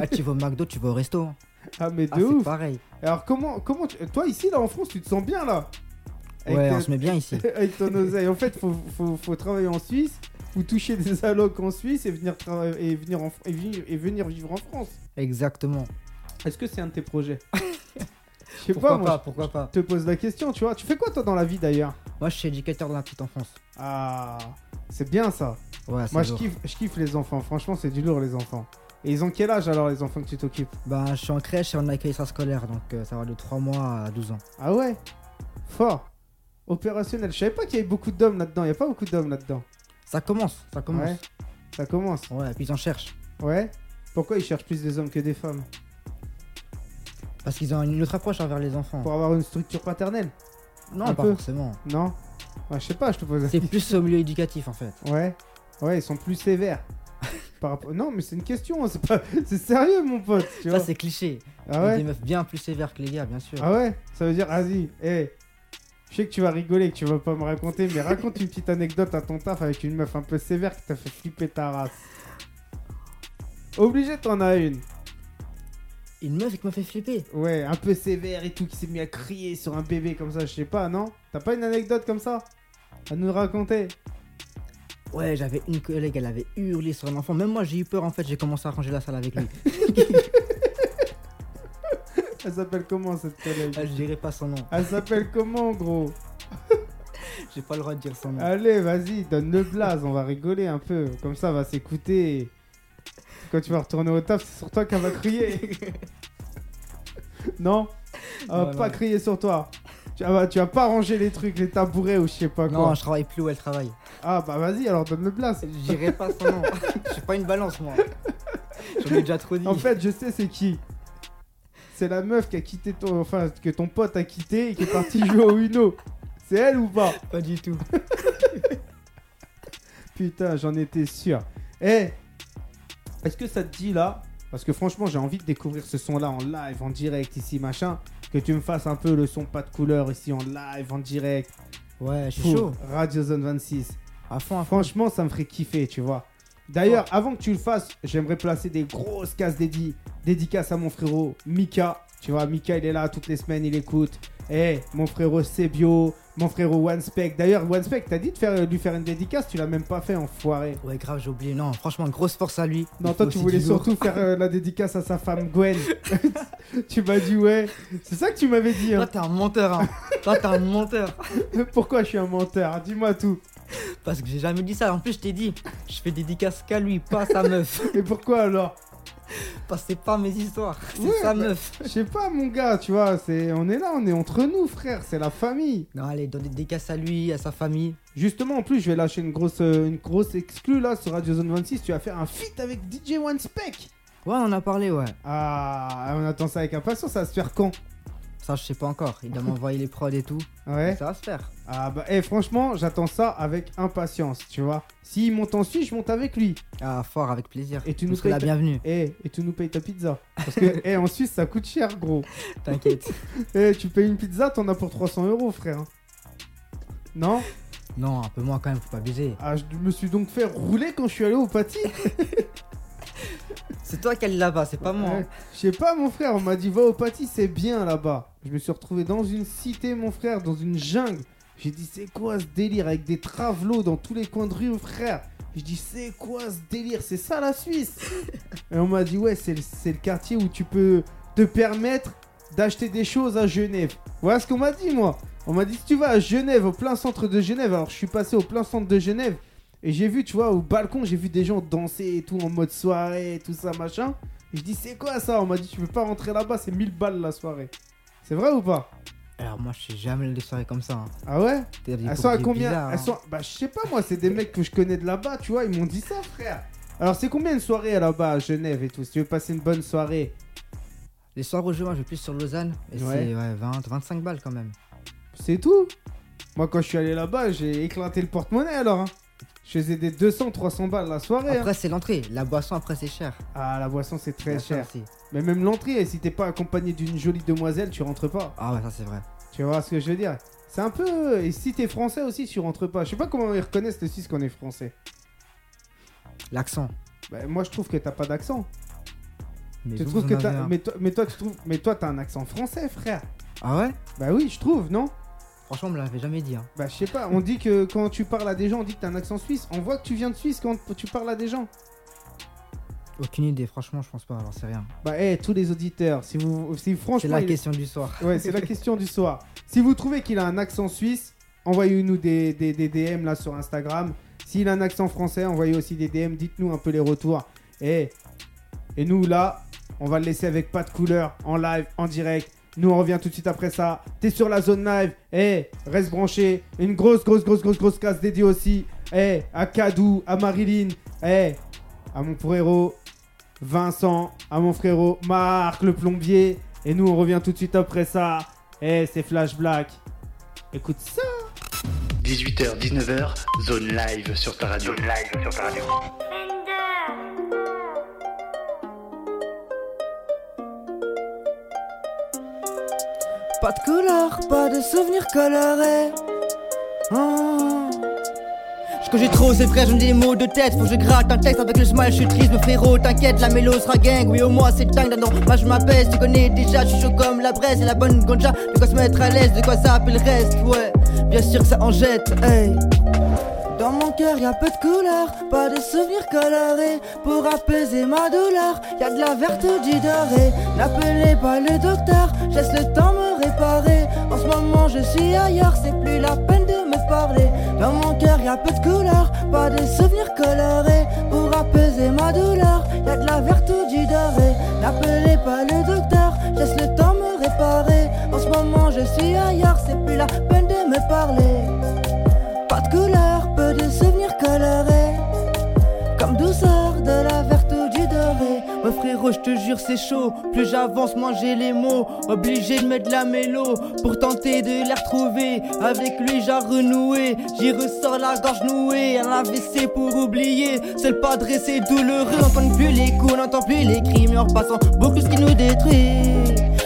[SPEAKER 4] ah, tu vas au McDo, tu vas au resto. hein.
[SPEAKER 3] Ah, mais de
[SPEAKER 4] Ah, c'est
[SPEAKER 3] ouf.
[SPEAKER 4] pareil.
[SPEAKER 3] Alors, comment, comment, tu- toi ici, là, en France, tu te sens bien là Avec
[SPEAKER 4] Ouais,
[SPEAKER 3] ta-
[SPEAKER 4] on se met bien
[SPEAKER 3] (laughs)
[SPEAKER 4] ici.
[SPEAKER 3] avec ton oseille. En fait, faut, faut, faut travailler en Suisse ou toucher des (laughs) allocs en Suisse et venir trava- et venir en, et vi- et venir vivre en France.
[SPEAKER 4] Exactement.
[SPEAKER 3] Est-ce que c'est un de tes projets (laughs) Je sais
[SPEAKER 4] Pourquoi
[SPEAKER 3] pas,
[SPEAKER 4] pas,
[SPEAKER 3] moi.
[SPEAKER 4] pourquoi pas
[SPEAKER 3] Je te pose la question, tu vois. Tu fais quoi toi dans la vie d'ailleurs
[SPEAKER 4] Moi, je suis éducateur de la petite enfance.
[SPEAKER 3] Ah, c'est bien ça.
[SPEAKER 4] Ouais, c'est
[SPEAKER 3] Moi, je
[SPEAKER 4] lourd.
[SPEAKER 3] kiffe, je kiffe les enfants. Franchement, c'est du lourd les enfants. Et ils ont quel âge alors les enfants que tu t'occupes
[SPEAKER 4] Bah, je suis en crèche et en accueil scolaire, donc euh, ça va de 3 mois à 12 ans.
[SPEAKER 3] Ah ouais, fort, opérationnel. Je savais pas qu'il y avait beaucoup d'hommes là-dedans. Il y a pas beaucoup d'hommes là-dedans.
[SPEAKER 4] Ça commence, ça commence.
[SPEAKER 3] Ça commence.
[SPEAKER 4] Ouais, et puis ils en cherchent.
[SPEAKER 3] Ouais. Pourquoi ils cherchent plus des hommes que des femmes
[SPEAKER 4] Parce qu'ils ont une autre approche envers les enfants.
[SPEAKER 3] Pour avoir une structure paternelle un
[SPEAKER 4] non, pas
[SPEAKER 3] peu.
[SPEAKER 4] forcément.
[SPEAKER 3] Non Ouais, Je sais pas, je te pose la
[SPEAKER 4] C'est
[SPEAKER 3] question.
[SPEAKER 4] plus au milieu éducatif en fait.
[SPEAKER 3] Ouais, ouais, ils sont plus
[SPEAKER 4] (laughs)
[SPEAKER 3] sévères. Par rapport... Non, mais c'est une question, hein, c'est pas... c'est sérieux, mon pote. Tu
[SPEAKER 4] Ça,
[SPEAKER 3] vois
[SPEAKER 4] c'est cliché.
[SPEAKER 3] ah
[SPEAKER 4] Il y a
[SPEAKER 3] ouais
[SPEAKER 4] Des meufs bien plus sévères que les gars, bien sûr.
[SPEAKER 3] Ah ouais Ça veut dire, vas-y, hé. Je sais que tu vas rigoler, que tu vas pas me raconter, mais raconte une petite anecdote à ton taf avec une meuf un peu sévère qui t'a fait flipper ta race. Obligé, t'en as une.
[SPEAKER 4] Une meuf qui m'a fait flipper.
[SPEAKER 3] Ouais, un peu sévère et tout, qui s'est mis à crier sur un bébé comme ça, je sais pas, non T'as pas une anecdote comme ça à nous raconter
[SPEAKER 4] Ouais, j'avais une collègue, elle avait hurlé sur un enfant. Même moi, j'ai eu peur en fait, j'ai commencé à ranger la salle
[SPEAKER 3] (laughs)
[SPEAKER 4] avec lui.
[SPEAKER 3] Elle s'appelle comment cette collègue
[SPEAKER 4] Ah, je dirais pas son nom.
[SPEAKER 3] Elle s'appelle comment, gros
[SPEAKER 4] J'ai pas le droit de dire son nom.
[SPEAKER 3] Allez, vas-y, donne le blaze, on va rigoler un peu. Comme ça, on va s'écouter. Quand tu vas retourner au taf, c'est sur toi qu'elle va crier. (laughs) non Elle va
[SPEAKER 4] Non,
[SPEAKER 3] pas
[SPEAKER 4] non.
[SPEAKER 3] crier sur toi. Tu vas, tu vas pas ranger les trucs, les tabourets ou je sais pas quoi.
[SPEAKER 4] Non, je travaille plus où elle travaille.
[SPEAKER 3] Ah bah vas-y, alors donne le blaze.
[SPEAKER 4] Je dirais pas son nom. (laughs) Je suis pas une balance, moi. J'en ai déjà trop dit.
[SPEAKER 3] En fait, je sais c'est qui. C'est la meuf qui a quitté ton. Enfin, que ton pote a quitté et qui est partie (laughs) jouer au Uno. C'est elle ou pas
[SPEAKER 4] pas du tout.
[SPEAKER 3] Putain, j'en étais sûr. Eh Est-ce que ça te dit là Parce que franchement, j'ai envie de découvrir ce son là en live, en direct ici, machin. Que tu me fasses un peu le son pas de couleur ici en live, en direct.
[SPEAKER 4] Ouais, je suis
[SPEAKER 3] pour
[SPEAKER 4] chaud.
[SPEAKER 3] Radio Zone 26.
[SPEAKER 4] À fond, à fond.
[SPEAKER 3] Franchement, ça me ferait kiffer, tu vois. D'ailleurs, avant que tu le fasses, j'aimerais placer des grosses cases dédi dédicaces à mon frérot Mika. Tu vois, Mika, il est là toutes les semaines, il écoute. Eh, mon frérot Sebio, mon frérot OneSpec. D'ailleurs, OneSpec, t'as dit de faire, lui faire une dédicace, tu l'as même pas fait, enfoiré.
[SPEAKER 4] Ouais, grave, j'ai oublié. Non, franchement, grosse force à lui.
[SPEAKER 3] Non, toi,
[SPEAKER 4] Il faut
[SPEAKER 3] tu
[SPEAKER 4] aussi
[SPEAKER 3] voulais
[SPEAKER 4] du lourd.
[SPEAKER 3] surtout faire euh, la dédicace à sa femme Gwen. (laughs) tu m'as dit, ouais. C'est ça que tu m'avais dit.
[SPEAKER 4] Toi,
[SPEAKER 3] hein.
[SPEAKER 4] t'es un menteur, hein. Toi, t'es un menteur.
[SPEAKER 3] Pourquoi je suis un menteur Dis-moi tout.
[SPEAKER 4] Parce que j'ai jamais dit ça. En plus, je t'ai dit, je fais dédicace qu'à lui, pas à sa meuf. (laughs)
[SPEAKER 3] Et pourquoi alors
[SPEAKER 4] Parce que c'est pas mes histoires, c'est
[SPEAKER 3] Ouais,
[SPEAKER 4] sa
[SPEAKER 3] bah-
[SPEAKER 4] meuf.
[SPEAKER 3] Je sais pas, mon gars, tu vois, c'est on est là, on est entre nous, frère, c'est la famille.
[SPEAKER 4] Non, allez, donne des dédicaces à lui, à sa famille.
[SPEAKER 3] Justement, en plus, je vais lâcher une grosse, euh, une grosse exclue là sur Radio Zone 26. Tu vas faire un feat avec DJ One Spec.
[SPEAKER 4] Ouais, on en a parlé, ouais.
[SPEAKER 3] Ah, on attend ça avec impatience. Ça va se faire quand
[SPEAKER 4] Ça, je sais pas encore. Il doit m'envoyer les prods et tout.
[SPEAKER 3] Ouais.
[SPEAKER 4] Ça va se faire.
[SPEAKER 3] Ah bah, eh, franchement, j'attends ça avec impatience, tu vois. S'il monte en Suisse, je monte avec lui.
[SPEAKER 4] Ah, fort, avec plaisir.
[SPEAKER 3] Et tu
[SPEAKER 4] Vous
[SPEAKER 3] nous
[SPEAKER 4] serez la
[SPEAKER 3] fais-
[SPEAKER 4] bienvenue.
[SPEAKER 3] Eh, et tu nous payes ta pizza. Parce que, (laughs) eh, en Suisse, ça coûte cher, gros.
[SPEAKER 4] T'inquiète.
[SPEAKER 3] Eh, tu payes une pizza, t'en as pour 300 euros, frère. Non
[SPEAKER 4] non, un peu moins quand même, faut pas abuser.
[SPEAKER 3] Ah, je me suis donc fait rouler quand je suis allé au pâtis.
[SPEAKER 4] C'est toi qui allais là-bas, c'est pas moi. hein.
[SPEAKER 3] Ouais. Je sais Eh, pas, mon frère, on m'a dit va au pâtis, c'est bien là-bas. Je me suis retrouvé dans une cité, mon frère, dans une jungle. J'ai dit c'est quoi ce délire avec des travelots dans tous les coins de rue, frère. Je dis c'est quoi ce délire, c'est ça la Suisse. Et on m'a dit ouais, c'est le, c'est le quartier où tu peux te permettre d'acheter des choses à Genève. Voilà ce qu'on m'a dit moi. On m'a dit si tu vas à Genève, au plein centre de Genève. Alors je suis passé au plein centre de Genève et j'ai vu, tu vois, au balcon, j'ai vu des gens danser et tout en mode soirée, tout ça machin. Je dis c'est quoi ça On m'a dit tu peux pas rentrer là-bas, c'est 1000 balles la soirée. C'est vrai ou pas
[SPEAKER 4] Alors moi je suis jamais allé des soirées comme ça. hein.
[SPEAKER 3] Ah ouais
[SPEAKER 4] T'as des
[SPEAKER 3] Elles sont à
[SPEAKER 4] comédies
[SPEAKER 3] combien
[SPEAKER 4] bizarres,
[SPEAKER 3] Elles
[SPEAKER 4] hein.
[SPEAKER 3] sont bah je sais pas moi, c'est des mecs que je connais de là-bas, tu vois, ils m'ont dit ça frère. Alors c'est combien une soirée là-bas à Genève et tout Si tu veux passer une bonne soirée,
[SPEAKER 4] Les soirs où je vais, moi je vais plus sur Lausanne. Et
[SPEAKER 3] Ouais.
[SPEAKER 4] c'est ouais, 20, 25 balles quand même.
[SPEAKER 3] c'est tout. Moi quand je suis allé là-bas, j'ai éclaté le porte-monnaie alors. hein. Je faisais des 200 300 balles la soirée. hein.
[SPEAKER 4] Après c'est l'entrée, la boisson après c'est cher.
[SPEAKER 3] Ah la boisson c'est très
[SPEAKER 4] La
[SPEAKER 3] cher.
[SPEAKER 4] sortie.
[SPEAKER 3] Mais même l'entrée, si t'es pas accompagné d'une jolie demoiselle, tu rentres pas.
[SPEAKER 4] Ah ouais ça c'est vrai.
[SPEAKER 3] Tu vois ce que je veux dire C'est un peu. Et si t'es français aussi, tu rentres pas. Je sais pas comment ils reconnaissent les Suisses qu'on est français.
[SPEAKER 4] L'accent.
[SPEAKER 3] Bah, moi, je trouve que t'as pas d'accent.
[SPEAKER 4] Mais
[SPEAKER 3] Tu
[SPEAKER 4] vous,
[SPEAKER 3] trouves
[SPEAKER 4] vous hein.
[SPEAKER 3] que
[SPEAKER 4] en avez
[SPEAKER 3] t'as.
[SPEAKER 4] un.
[SPEAKER 3] Mais toi, mais toi, tu trouves. Mais toi, t'as un accent français, frère.
[SPEAKER 4] Ah ouais
[SPEAKER 3] Bah oui, je trouve, non
[SPEAKER 4] Franchement on me l'avait jamais dit. Hein.
[SPEAKER 3] Bah je sais pas. On dit que quand tu parles à des gens, on dit que t'as un accent suisse. On voit que tu viens de Suisse quand tu parles à des gens.
[SPEAKER 4] Aucune idée, franchement je pense pas, alors c'est rien.
[SPEAKER 3] Bah eh, tous les auditeurs, si vous, si
[SPEAKER 4] C'est
[SPEAKER 3] franchement,
[SPEAKER 4] la
[SPEAKER 3] il-
[SPEAKER 4] question du soir.
[SPEAKER 3] ouais, c'est la question du soir. Si vous trouvez qu'il a un accent suisse, envoyez-nous des, des, des DM là sur Instagram. S'il a un accent français, envoyez aussi des DM. Dites-nous un peu les retours. Et, et nous, là, on va le laisser avec pas de couleur, en live, en direct. Nous, on revient tout de suite après ça. T'es sur la zone live. Eh, reste branché. Une grosse, grosse, grosse, grosse, grosse casse dédiée aussi. Eh, à Kadou, à Marilyn. Eh, à mon frérot Vincent, à mon frérot Marc, le plombier. Et nous, on revient tout de suite après ça. Eh, c'est Flash Black. Écoute ça.
[SPEAKER 1] 18h, 19h, zone live sur ta radio.
[SPEAKER 2] Zone live sur ta radio.
[SPEAKER 4] Pas de couleur, pas de souvenirs colorés.
[SPEAKER 9] Oh. Je
[SPEAKER 4] Quand j'ai trop, c'est frère, je me dis des mots de tête. Faut que je gratte un texte avec le smile, je suis triste. Mais frérot, t'inquiète, la mélo sera gang. Oui, au moins, c'est dingue, non, non, moi je m'apaise. Tu connais déjà, je suis chaud comme la braise. Et la bonne ganja, de quoi se mettre à l'aise, de quoi s'appeler le reste, ouais. Bien sûr que ça en jette, hey.
[SPEAKER 5] Dans mon cœur y a peu de couleur, pas de souvenirs colorés Pour apaiser ma douleur, y a de la vertu du doré N'appelez pas le docteur, laisse le temps me réparer En ce moment je suis ailleurs, c'est plus la peine de me parler Dans mon cœur y a peu de couleur, pas de souvenirs colorés Pour apaiser ma douleur, y a de la vertu du doré N'appelez pas le docteur, laisse le temps me réparer En ce moment je suis ailleurs, c'est plus la peine de me parler pas de couleur, peu de souvenirs colorés. Comme douceur de la vertu du doré.
[SPEAKER 4] Ouais frérot, je te jure c'est chaud. Plus j'avance, moins j'ai les mots. Obligé de mettre de la mélo pour tenter de la retrouver. Avec lui, j'ai renoué. J'y ressors la gorge nouée. Un AVC pour oublier. C'est le pas dressé douloureux. On n'entend plus les coups, on n'entend plus les crimes. mais En repassant, beaucoup ce qui nous détruit.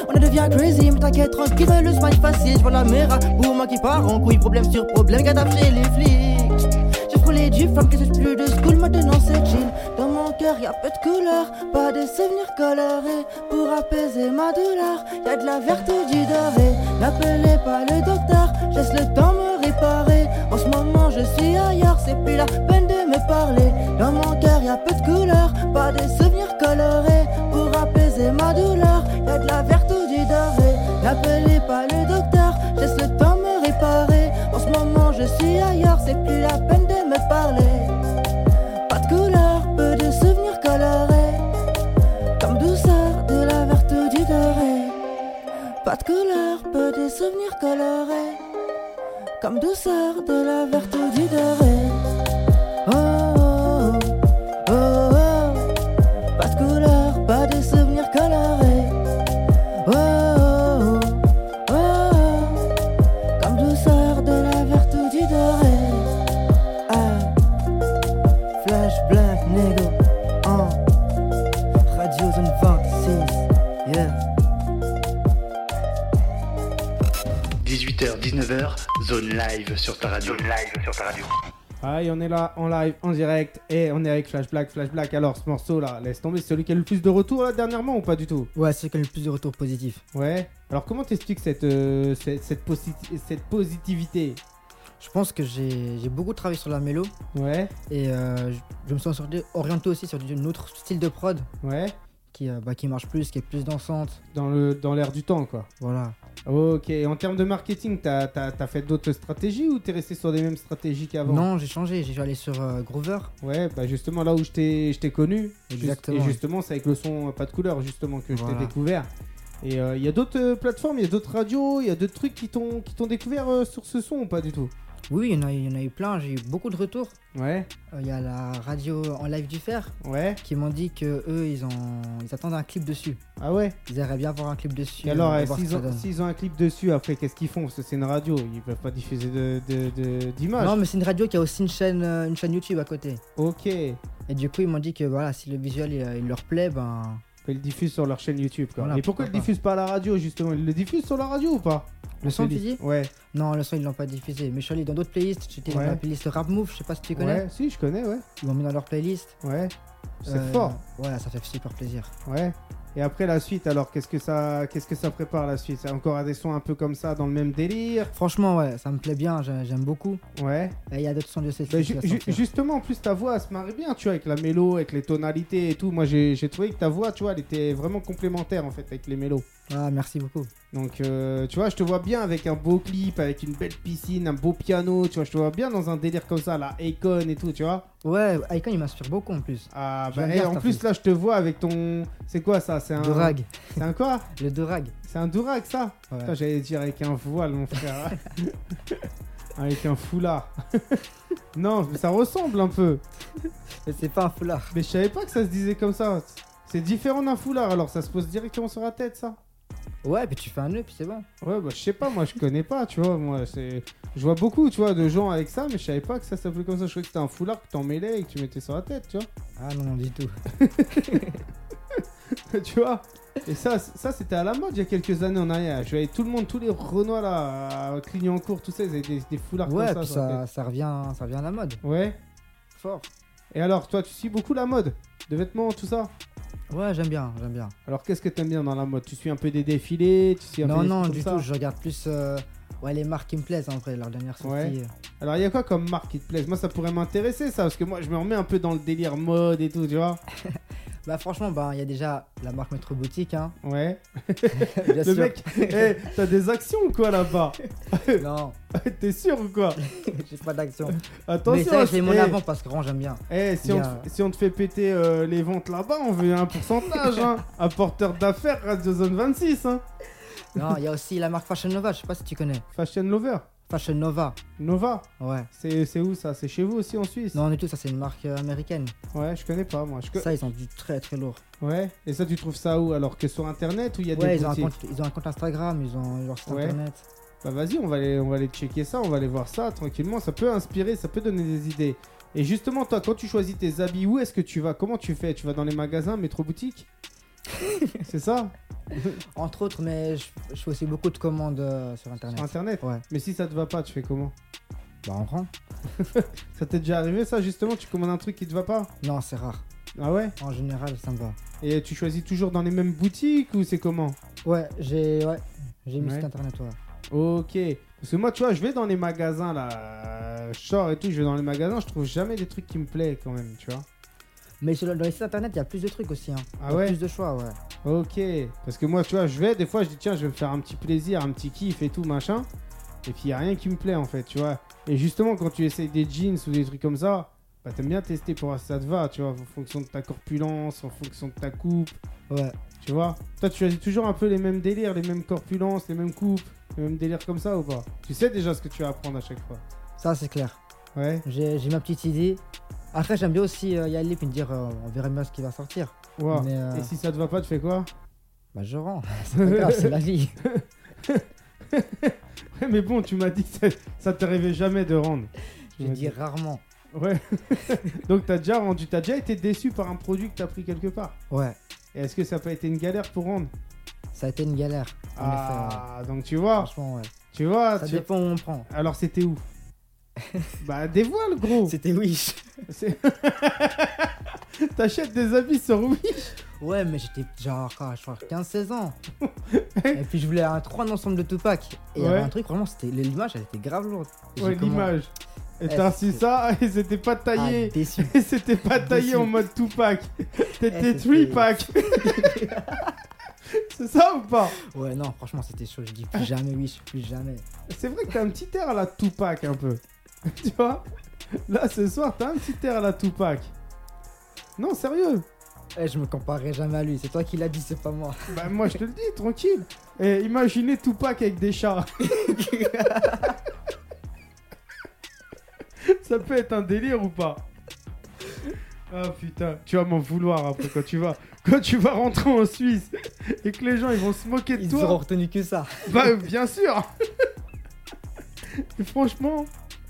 [SPEAKER 4] On en devient crazy, mais t'inquiète, tranquille, le smile facile. J'vois la mer à moi qui part en couille. Problème sur problème, cadavre chez les flics. J'ai frôlé du flamme, que plus de school, maintenant c'est chill.
[SPEAKER 5] Dans mon cœur y a peu de couleur, pas de souvenirs colorés. Pour apaiser ma douleur, y a de la vertu du doré. N'appelez pas le docteur, laisse le temps me réparer. En ce moment je suis ailleurs, c'est plus la peine de me parler. Dans mon cœur y a peu de couleur, pas de souvenirs colorés. Pour apaiser ma douleur, y a de la vertu du doré. N'appelez pas le docteur, laisse le temps me réparer. En ce moment je suis ailleurs, c'est plus la peine de me parler. Pas de couleur, peu de souvenirs colorés. Comme douceur de la vertu du doré. Pas de couleur, peu de souvenirs colorés. Comme douceur de la vertu du doré. Oh, oh, oh, oh. Pas de couleur, pas de souvenirs colorés. Oh, oh, oh, oh. Comme douceur de la vertu du doré. Ah. Flash Black Nego en Radio Zone 26 Yeah
[SPEAKER 1] 18h, 19h, zone live sur ta radio.
[SPEAKER 2] Zone live sur ta radio.
[SPEAKER 3] Aïe, on est là en live, en direct, et on est avec Flash Black. Flash Black, alors ce morceau là, laisse tomber, c'est celui qui a eu le plus de retours là dernièrement ou pas du tout
[SPEAKER 4] Ouais, c'est quand même le plus de retours positifs.
[SPEAKER 3] Ouais. Alors comment t'expliques cette, euh, cette, cette, posit- cette positivité
[SPEAKER 4] Je pense que j'ai j'ai beaucoup travaillé sur la mélo
[SPEAKER 3] Ouais,
[SPEAKER 4] et euh, je- je me suis sorti- orienté aussi sur un autre style de prod
[SPEAKER 3] ouais.
[SPEAKER 4] qui, euh, bah, qui marche plus, qui est plus dansante.
[SPEAKER 3] Dans le dans l'air du temps quoi.
[SPEAKER 4] Voilà.
[SPEAKER 3] Ok, en termes de marketing, t'as t'as- t'as fait d'autres stratégies ou t'es resté sur les mêmes stratégies qu'avant
[SPEAKER 4] Non, j'ai changé, j'ai allé sur euh, Groover.
[SPEAKER 3] Ouais, bah justement là où je t'ai je t'ai connu. Juste-
[SPEAKER 4] Exactement.
[SPEAKER 3] Et justement, c'est avec le son euh, pas de couleur, justement, que je
[SPEAKER 4] Voilà.
[SPEAKER 3] t'ai découvert. Et il y a d'autres euh, plateformes, il y a d'autres radios, il y a d'autres trucs qui t'ont qui t'ont découvert euh, sur ce son ou pas du tout
[SPEAKER 4] Oui, il y, en a- il y en a eu plein, j'ai eu beaucoup de retours.
[SPEAKER 3] Ouais,
[SPEAKER 4] Euh, Il y a la radio en live du fer
[SPEAKER 3] ouais.
[SPEAKER 4] qui m'ont dit que eux ils, ont... ils attendent un clip dessus.
[SPEAKER 3] Ah ouais
[SPEAKER 4] Ils aimeraient bien avoir un clip dessus.
[SPEAKER 3] Et alors,
[SPEAKER 4] euh,
[SPEAKER 3] euh,
[SPEAKER 4] voir ce que
[SPEAKER 3] s'ils
[SPEAKER 4] ça
[SPEAKER 3] ont,
[SPEAKER 4] donne.
[SPEAKER 3] s'ils ont un clip dessus, après, qu'est-ce qu'ils font Parce que c'est une radio, ils peuvent pas diffuser de- de- de- d'image.
[SPEAKER 4] Non, mais c'est une radio qui a aussi une chaîne, euh, une chaîne YouTube à côté.
[SPEAKER 3] ok,
[SPEAKER 4] Et du coup, ils m'ont dit que voilà, si le visuel il, euh, il leur plaît, ben
[SPEAKER 3] ils le diffusent sur leur chaîne YouTube. Quoi.
[SPEAKER 4] Voilà,
[SPEAKER 3] Et pourquoi ils
[SPEAKER 4] pourquoi
[SPEAKER 3] le diffusent pas à la radio, justement Ils le diffusent sur la radio ou pas
[SPEAKER 4] Le
[SPEAKER 3] On
[SPEAKER 4] son,
[SPEAKER 3] se
[SPEAKER 4] tu
[SPEAKER 3] dit-
[SPEAKER 4] dis
[SPEAKER 3] Ouais,
[SPEAKER 4] non, le son ils l'ont pas diffusé. Mais je suis allé dans d'autres playlists. J'étais dans
[SPEAKER 3] Ouais.
[SPEAKER 4] la playlist Rap Move, je sais pas si tu connais.
[SPEAKER 3] ouais, si, je connais, ouais.
[SPEAKER 4] Ils m'ont mis dans leur playlist.
[SPEAKER 3] Ouais, c'est
[SPEAKER 4] Euh,
[SPEAKER 3] fort.
[SPEAKER 4] Voilà, ça fait super plaisir.
[SPEAKER 3] Ouais. Et après la suite, alors qu'est-ce que ça, qu'est-ce que ça prépare la suite C'est encore des sons un peu comme ça dans le même délire.
[SPEAKER 4] Franchement, ouais, ça me plaît bien. j'ai- J'aime beaucoup.
[SPEAKER 3] Ouais.
[SPEAKER 4] Et il y a d'autres sons de cette
[SPEAKER 3] Bah,
[SPEAKER 4] liste qui
[SPEAKER 3] ju-
[SPEAKER 4] va
[SPEAKER 3] ju-
[SPEAKER 4] sortir.
[SPEAKER 3] justement, en plus ta voix elle se marie bien, tu vois, avec la mélo, avec les tonalités et tout. Moi, j'ai j'ai trouvé que ta voix, tu vois, elle était vraiment complémentaire en fait avec les mélos.
[SPEAKER 4] Ah, merci beaucoup.
[SPEAKER 3] Donc, euh, tu vois, je te vois bien avec un beau clip, avec une belle piscine, un beau piano. Tu vois, je te vois bien dans un délire comme ça, la Icon et tout, tu vois.
[SPEAKER 4] Ouais, Icon il m'inspire beaucoup en plus.
[SPEAKER 3] Ah
[SPEAKER 4] J'aime
[SPEAKER 3] bah,
[SPEAKER 4] bien
[SPEAKER 3] eh, en
[SPEAKER 4] cette
[SPEAKER 3] plus
[SPEAKER 4] artiste.
[SPEAKER 3] là, je te vois avec ton, c'est quoi ça C'est un,
[SPEAKER 4] Durag,
[SPEAKER 3] c'est un quoi
[SPEAKER 4] le Durag.
[SPEAKER 3] C'est un durag ça
[SPEAKER 4] Ouais.
[SPEAKER 3] Putain, J'allais dire avec un voile mon
[SPEAKER 4] (laughs)
[SPEAKER 3] frère. avec un foulard. (laughs) non, mais ça ressemble un peu.
[SPEAKER 4] Mais c'est pas un foulard.
[SPEAKER 3] Mais je savais pas que ça se disait comme ça. C'est différent d'un foulard alors ça se pose directement sur la tête ça.
[SPEAKER 4] Ouais, puis tu fais un nœud, puis c'est bon.
[SPEAKER 3] Ouais bah je sais pas moi je connais pas tu vois moi c'est je vois beaucoup tu vois de gens avec ça mais je savais pas que ça s'appelait comme ça je croyais que c'était un foulard que t'en mêlais et Ah, que tu mettais sur la tête tu vois
[SPEAKER 4] Ah non, non, du tout.
[SPEAKER 3] (laughs) tu vois Et ça, c- ça c'était à la mode il y a quelques années en arrière. Je voyais tout le monde, tous les Renois là, euh, à Clignancourt, tout ça, ils avaient des, des foulards
[SPEAKER 4] Ouais,
[SPEAKER 3] comme ça.
[SPEAKER 4] puis
[SPEAKER 3] sur la
[SPEAKER 4] ça, ça, revient, ça revient à la mode.
[SPEAKER 3] tête. Ouais.
[SPEAKER 4] Fort.
[SPEAKER 3] Et alors, toi, tu suis beaucoup la mode de vêtements, tout ça
[SPEAKER 4] Ouais, j'aime bien, j'aime bien.
[SPEAKER 3] Alors, qu'est-ce que t'aimes bien dans la mode Tu suis un peu des défilés Tu suis un peu
[SPEAKER 4] Non,
[SPEAKER 3] des
[SPEAKER 4] non,
[SPEAKER 3] trucs
[SPEAKER 4] du
[SPEAKER 3] comme
[SPEAKER 4] tout,
[SPEAKER 3] ça
[SPEAKER 4] je regarde plus euh, ouais, les marques qui me plaisent en vrai, leur dernière sortie.
[SPEAKER 3] Ouais.
[SPEAKER 4] euh.
[SPEAKER 3] Alors, il y a quoi comme marque qui te plaise Moi, ça pourrait m'intéresser, ça, parce que moi, je me remets un peu dans le délire mode et tout, tu vois
[SPEAKER 4] Bah, franchement, bah, il y a déjà la marque Maître Boutique, hein.
[SPEAKER 3] Ouais.
[SPEAKER 4] Bien
[SPEAKER 3] (laughs) Le
[SPEAKER 4] sûr. (laughs)
[SPEAKER 3] mec, eh, t'as des actions ou quoi là-bas (laughs)
[SPEAKER 4] Non,
[SPEAKER 3] T'es sûr ou quoi
[SPEAKER 4] j'ai pas d'action. Mais
[SPEAKER 3] Attention,
[SPEAKER 4] ça,
[SPEAKER 3] à ce-
[SPEAKER 4] j'ai mon
[SPEAKER 3] eh,
[SPEAKER 4] avant parce que vraiment, j'aime bien.
[SPEAKER 3] Eh, si,
[SPEAKER 4] Il y
[SPEAKER 3] on
[SPEAKER 4] a-
[SPEAKER 3] te, si on te fait péter euh, les ventes là-bas, on veut un pourcentage,
[SPEAKER 4] (laughs)
[SPEAKER 3] hein. Apporteur d'affaires, Radio Zone 26, hein.
[SPEAKER 4] Non, il y a aussi la marque Fashion Nova, je sais pas si tu connais.
[SPEAKER 3] Fashion Lover,
[SPEAKER 4] Fashion Nova,
[SPEAKER 3] Nova,
[SPEAKER 4] ouais.
[SPEAKER 3] c'est c'est où ça C'est chez vous aussi en Suisse
[SPEAKER 4] Non, du tout, ça c'est une marque euh, américaine.
[SPEAKER 3] Ouais, je connais pas moi. Je co-
[SPEAKER 4] Ça, ils ont du très très lourd.
[SPEAKER 3] Ouais, et ça, tu trouves ça où Alors que sur internet où il y a
[SPEAKER 4] Ouais,
[SPEAKER 3] des
[SPEAKER 4] ils ont, un
[SPEAKER 3] boutiques
[SPEAKER 4] compte, ils ont un compte Instagram, ils ont leur site
[SPEAKER 3] Ouais.
[SPEAKER 4] internet.
[SPEAKER 3] Bah vas-y, on va aller, on va aller checker ça, on va aller voir ça tranquillement. Ça peut inspirer, ça peut donner des idées. Et justement, toi, quand tu choisis tes habits, où est-ce que tu vas Comment tu fais Tu vas dans les magasins, métro
[SPEAKER 4] (laughs)
[SPEAKER 3] boutique C'est ça
[SPEAKER 4] Entre autres, mais je, je fais aussi beaucoup de commandes euh, sur internet.
[SPEAKER 3] Sur internet
[SPEAKER 4] Ouais,
[SPEAKER 3] Mais si ça te va pas, tu fais comment
[SPEAKER 4] bah on prend.
[SPEAKER 3] Ça t'est déjà arrivé ça justement Tu commandes un truc qui te va pas
[SPEAKER 4] Non, c'est rare.
[SPEAKER 3] Ah ouais
[SPEAKER 4] En général, ça me va.
[SPEAKER 3] Et tu choisis toujours dans les mêmes boutiques ou c'est comment
[SPEAKER 4] Ouais, j'ai ouais, j'ai mis
[SPEAKER 3] Ouais.
[SPEAKER 4] site internet, ouais.
[SPEAKER 3] Ok. Parce que moi, tu vois, je vais dans les magasins là, je sors et tout, je vais dans les magasins, je trouve jamais des trucs qui me plaisent quand même, tu vois.
[SPEAKER 4] Mais sur, dans les sites internet, il y a plus de trucs aussi. Hein.
[SPEAKER 3] Ah
[SPEAKER 4] Il y a
[SPEAKER 3] ouais
[SPEAKER 4] Plus de choix, ouais.
[SPEAKER 3] Ok, parce que moi, tu vois, je vais, des fois, je dis, tiens, je vais me faire un petit plaisir, un petit kiff et tout, machin. Et puis, il a rien qui me plaît, en fait, tu vois. Et justement, quand tu essayes des jeans ou des trucs comme ça, bah, t'aimes bien tester pour voir si ça te va, tu vois, en fonction de ta corpulence, en fonction de ta coupe,
[SPEAKER 4] Ouais.
[SPEAKER 3] tu vois. Toi, tu choisis toujours un peu les mêmes délires, les mêmes corpulences, les mêmes coupes, les mêmes délires comme ça ou pas Tu sais déjà ce que tu vas apprendre à chaque fois.
[SPEAKER 4] Ça, c'est clair.
[SPEAKER 3] Ouais,
[SPEAKER 4] J'ai j'ai ma petite idée. Après, j'aime bien aussi euh, y aller puis me dire, euh, on verra bien ce qui va sortir.
[SPEAKER 3] wow.
[SPEAKER 4] Mais, euh,
[SPEAKER 3] Et si ça te va pas, tu fais quoi (laughs)
[SPEAKER 4] Bah, je rends. (laughs) c'est pas grave, c'est la vie.
[SPEAKER 3] Ouais, mais bon, tu m'as dit que ça, ça t'arrivait jamais de rendre. Tu
[SPEAKER 4] Je
[SPEAKER 3] m'as
[SPEAKER 4] dis rarement.
[SPEAKER 3] Ouais. (laughs) Donc t'as déjà rendu, t'as déjà été déçu par un produit que t'as pris quelque part.
[SPEAKER 4] Ouais,
[SPEAKER 3] Et est-ce que ça n'a pas été une galère pour rendre
[SPEAKER 4] ça a été une galère. En effet, ouais.
[SPEAKER 3] Ah, donc tu vois,
[SPEAKER 4] Franchement, ouais.
[SPEAKER 3] tu vois,
[SPEAKER 4] Ça
[SPEAKER 3] tu-
[SPEAKER 4] dépend où on prend.
[SPEAKER 3] alors c'était
[SPEAKER 4] (laughs)
[SPEAKER 3] où Bah dévoile gros.
[SPEAKER 4] C'était Wish.
[SPEAKER 3] C'est- (laughs) T'achètes des habits sur oui.
[SPEAKER 4] Ouais, mais j'étais genre, quoi, je crois,
[SPEAKER 3] (laughs)
[SPEAKER 4] 15-16 ans. Et puis, je voulais un 3 ensemble de Tupac. Et il y avait
[SPEAKER 3] Ouais.
[SPEAKER 4] un truc, vraiment, c'était l'image, elle était grave lourde. J'ai
[SPEAKER 3] Ouais,
[SPEAKER 4] comment-
[SPEAKER 3] l'image. Et
[SPEAKER 4] Eh,
[SPEAKER 3] t'as reçu
[SPEAKER 4] c'est-
[SPEAKER 3] ça et c'était pas
[SPEAKER 4] Ah,
[SPEAKER 3] taillé.
[SPEAKER 4] déçu.
[SPEAKER 3] Et c'était pas taillé en mode two pack. T'étais
[SPEAKER 4] Eh, c'était-
[SPEAKER 3] three
[SPEAKER 4] (laughs)
[SPEAKER 3] pack. C'est ça ou pas
[SPEAKER 4] Ouais, non, franchement, c'était chaud. Je dis plus jamais Wish, plus jamais.
[SPEAKER 3] C'est vrai que t'as un petit air à la Tupac un peu. (laughs) tu vois Là ce soir, t'as un petit air à la Tupac. Non, sérieux
[SPEAKER 4] Eh, je me comparerai jamais à lui. C'est toi qui l'as dit, c'est
[SPEAKER 3] (laughs)
[SPEAKER 4] pas moi.
[SPEAKER 3] Bah moi je te le dis, tranquille. Et imaginez Tupac avec des chats. (laughs) Ça peut être un délire ou pas Ah putain, tu vas m'en vouloir après quand tu vas quand tu vas rentrer en Suisse et que les gens ils vont se moquer de
[SPEAKER 4] Ils
[SPEAKER 3] toi.
[SPEAKER 4] auront retenu que ça.
[SPEAKER 3] Bah, bien sûr (laughs) Et Franchement,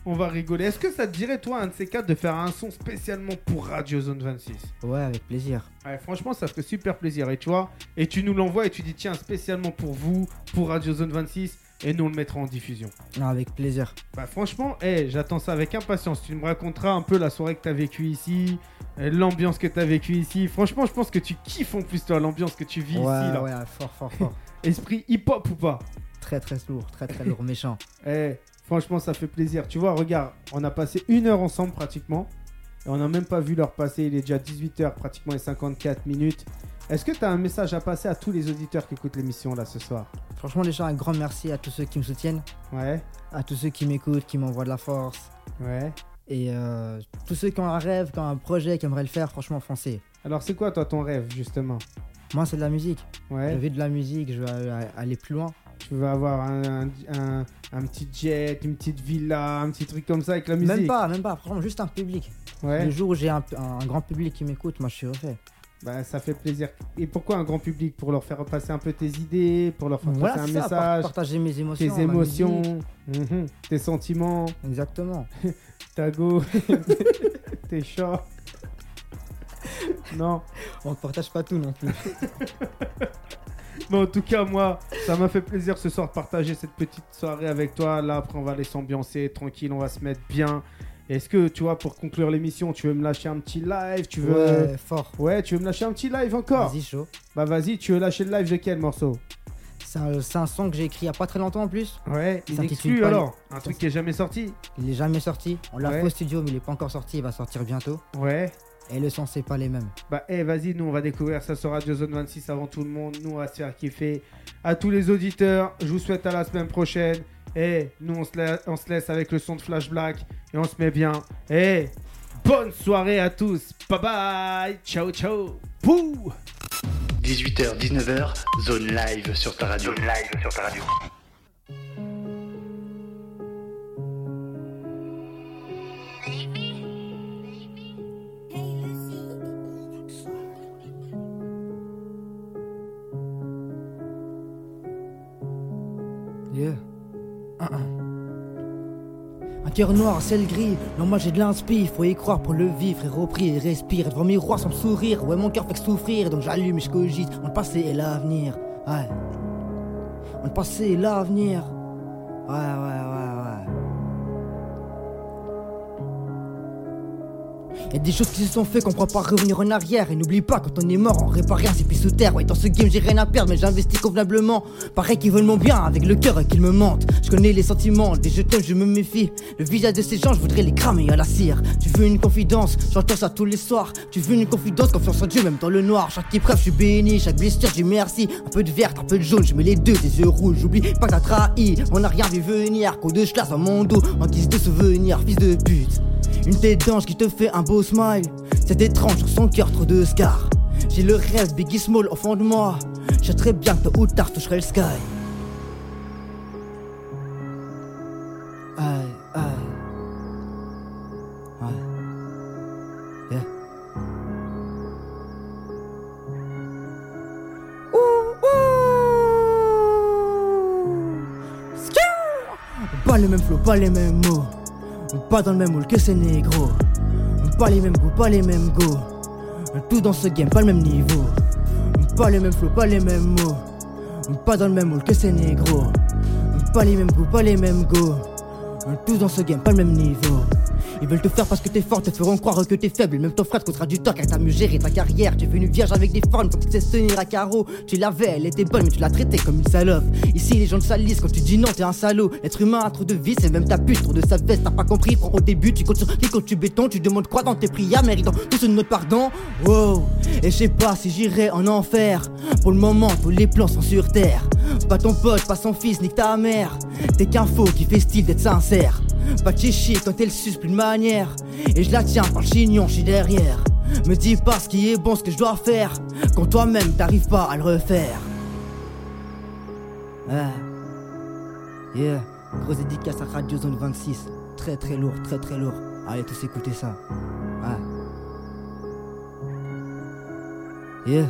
[SPEAKER 3] on va rigoler. Est-ce que ça te dirait, toi, un de ces quatre, de faire un son spécialement pour Radio Zone 26
[SPEAKER 4] Ouais, avec plaisir.
[SPEAKER 3] Ouais, franchement, ça ferait super plaisir. Et tu vois, et tu nous l'envoies et tu dis, tiens, spécialement pour vous, pour Radio Zone 26, et nous on le mettra en diffusion.
[SPEAKER 4] Non, avec plaisir.
[SPEAKER 3] Bah, franchement, hey, j'attends ça avec impatience. Tu me raconteras un peu la soirée que t'as vécue ici, euh, l'ambiance que t'as vécue ici. Franchement, je pense que tu kiffes en plus, toi, l'ambiance que tu vis
[SPEAKER 4] ouais,
[SPEAKER 3] ici. là.
[SPEAKER 4] ouais, fort,
[SPEAKER 3] (laughs)
[SPEAKER 4] fort, fort.
[SPEAKER 3] Esprit hip-hop ou pas
[SPEAKER 4] très, très lourd, très, très lourd, méchant.
[SPEAKER 3] Eh, franchement, ça fait plaisir. Tu vois, regarde, on a passé une heure ensemble pratiquement. Et on n'a même pas vu l'heure passer. Il est déjà 18h pratiquement et 54 minutes. Est-ce que tu as un message à passer à tous les auditeurs qui écoutent l'émission là ce soir
[SPEAKER 4] Franchement, déjà, un grand merci à tous ceux qui me soutiennent,
[SPEAKER 3] Ouais,
[SPEAKER 4] à tous ceux qui m'écoutent, qui m'envoient de la force.
[SPEAKER 3] ouais.
[SPEAKER 4] Et euh, tous ceux qui ont un rêve, qui ont un projet, qui aimeraient le faire, franchement, foncez.
[SPEAKER 3] Alors, c'est quoi toi ton rêve justement
[SPEAKER 4] Moi, c'est de la musique. Je
[SPEAKER 3] Ouais,
[SPEAKER 4] veux de la musique, je veux aller- aller plus loin.
[SPEAKER 3] tu veux avoir un, un- un- un petit jet, une petite villa, un petit truc comme ça avec la musique
[SPEAKER 4] Même pas, même pas, franchement, juste un public.
[SPEAKER 3] Ouais,
[SPEAKER 4] Le jour où j'ai un, un grand public qui m'écoute, moi, je suis refait.
[SPEAKER 3] bah ça fait plaisir. Et pourquoi un grand public Pour leur faire passer un peu tes idées, pour leur faire
[SPEAKER 4] Voilà,
[SPEAKER 3] passer
[SPEAKER 4] c'est
[SPEAKER 3] un
[SPEAKER 4] ça, par-
[SPEAKER 3] message,
[SPEAKER 4] partager mes émotions.
[SPEAKER 3] tes
[SPEAKER 4] ma
[SPEAKER 3] émotions,
[SPEAKER 4] musique.
[SPEAKER 3] mhm, tes sentiments. (laughs)
[SPEAKER 4] Exactement.
[SPEAKER 3] Tago, tes chats. Non.
[SPEAKER 4] On partage pas tout non plus.
[SPEAKER 3] Mais en tout cas, moi, ça m'a fait plaisir ce soir de partager cette petite soirée avec toi. Là, après, on va aller s'ambiancer tranquille, on va se mettre bien. Est-ce que, tu vois, pour conclure l'émission, tu veux me lâcher un petit live Tu veux.
[SPEAKER 4] Ouais, fort.
[SPEAKER 3] Ouais, tu veux me lâcher un petit live encore
[SPEAKER 4] Vas-y, chaud.
[SPEAKER 3] Bah, vas-y, tu veux lâcher le live de quel morceau
[SPEAKER 4] C'est un, c'est un son que j'ai écrit il y a pas très longtemps en plus.
[SPEAKER 3] Ouais, il
[SPEAKER 4] Ça qui
[SPEAKER 3] exclut
[SPEAKER 4] suit pas,
[SPEAKER 3] alors.
[SPEAKER 4] il-
[SPEAKER 3] Un truc qui est jamais sorti.
[SPEAKER 4] Il est jamais sorti. On l'a
[SPEAKER 3] Ouais.
[SPEAKER 4] fait au studio, mais il est pas encore sorti. Il va sortir bientôt.
[SPEAKER 3] Ouais.
[SPEAKER 4] Et le son, c'est pas les mêmes.
[SPEAKER 3] Bah, eh, vas-y, nous, on va découvrir ça sur Radio Zone 26 avant tout le monde. Nous, on va se faire kiffer. À tous les auditeurs, je vous souhaite à la semaine prochaine. Et nous, on se, la- on se laisse avec le son de Flash Black et on se met bien. Et bonne soirée à tous. Bye bye. Ciao, ciao. Pouh
[SPEAKER 1] 18h, 19h, zone live sur ta radio.
[SPEAKER 2] Zone live sur ta radio.
[SPEAKER 4] Yeah. Un cœur noir, ciel gris, non moi j'ai de l'inspi, faut y croire pour le vivre et repris et respire. Et devant miroir sans me sourire, ouais mon cœur fait que souffrir, donc j'allume et je cogite, on le passé et l'avenir, ouais. On le passé et l'avenir, ouais ouais ouais ouais. Y'a des choses qui se sont faites qu'on croit pas revenir en arrière. Et n'oublie pas, quand on est mort, on répare rien, c'est plus sous terre. Ouais, dans ce game, j'ai rien à perdre, mais j'investis convenablement. Pareil qu'ils veulent mon bien, avec le cœur et qu'ils me mentent. Je connais les sentiments, des je t'aime, je me méfie. Le visage de ces gens, je voudrais les cramer à la cire. Tu veux une confidence, j'entends ça tous les soirs. Tu veux une confidence, confiance en Dieu, même dans le noir. Chaque épreuve, je suis béni, chaque blessure, je dis merci. Un peu de vert, un peu de jaune, je mets les deux, des yeux rouges. J'oublie pas que t'as trahi, on a rien vu venir. Coup de chlasse dans mon dos, en guise de souvenir, fils de pute. Une tête d'ange qui te fait un beau smile. C'est étrange sur son cœur, trop de scars. J'ai le rêve, Biggie Small au fond de moi. Je sais très bien que tôt ou tard, je toucherai le sky. Aïe, aïe. Ouais. Yeah. Ouh, ouh. Skia. Pas les mêmes flots, pas les mêmes mots. Pas dans le même moule que ces négros. Pas les mêmes goûts, pas les mêmes goûts. Tout dans ce game, pas le même niveau. Pas les mêmes flots, pas les mêmes mots. Pas dans le même moule que ces négros. Pas les mêmes goûts, pas les mêmes goûts. Tous dans ce game, pas le même niveau. Ils veulent te faire parce que t'es fort, te feront croire que t'es faible. Même ton frère te coûtera du tort car t'as mieux géré ta carrière. Tu es venu vierge avec des formes quand tu sais se tenir à carreau. Tu l'avais, elle était bonne, mais tu l'as traitée comme une salope. Ici, les gens te salissent quand tu dis non, t'es un salaud. L'être humain a trop de vices et même ta pute, trop de sa veste. T'as pas compris, prends au début, tu comptes sur qui quand tu béton. Tu demandes quoi dans tes prières, méritant tous une note pardon. Wow, et je sais pas si j'irai en enfer. Pour le moment, tous les plans sont sur terre. Pas ton pote, pas son fils, nique ta mère. T'es qu'un faux qui fait style d'être sincère. Pas de chichi quand elle suce plus de manière. Et je la tiens par le chignon, je suis derrière. Me dis pas ce qui est bon, ce que je dois faire. Quand toi-même t'arrives pas à le refaire. Ouais. Yeah. Grosse dédicace à Radio Zone 26. Très très lourd, très très lourd. Allez tous écouter ça. Ouais. Yeah.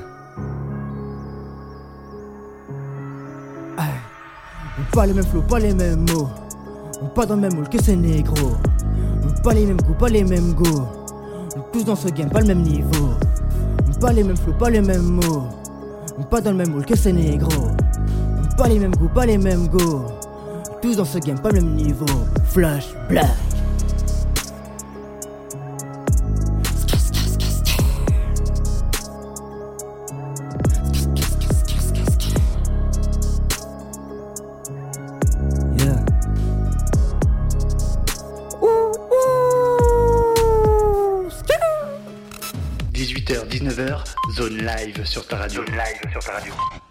[SPEAKER 4] Pas les mêmes flots, pas les mêmes mots. Pas dans le même moule que ces négros. Pas les mêmes coups, pas les mêmes goûts. Tous dans ce game, pas le même niveau. Pas les mêmes flots, pas les mêmes mots. Pas dans le même moule que ces négros. Pas les mêmes goûts, pas les mêmes goûts. Tous dans ce game, pas le même niveau. Flash, black. Yeah. Ouh, ouh, skia.
[SPEAKER 1] 18h, 19h, zone live sur ta radio.
[SPEAKER 2] Zone live sur ta radio.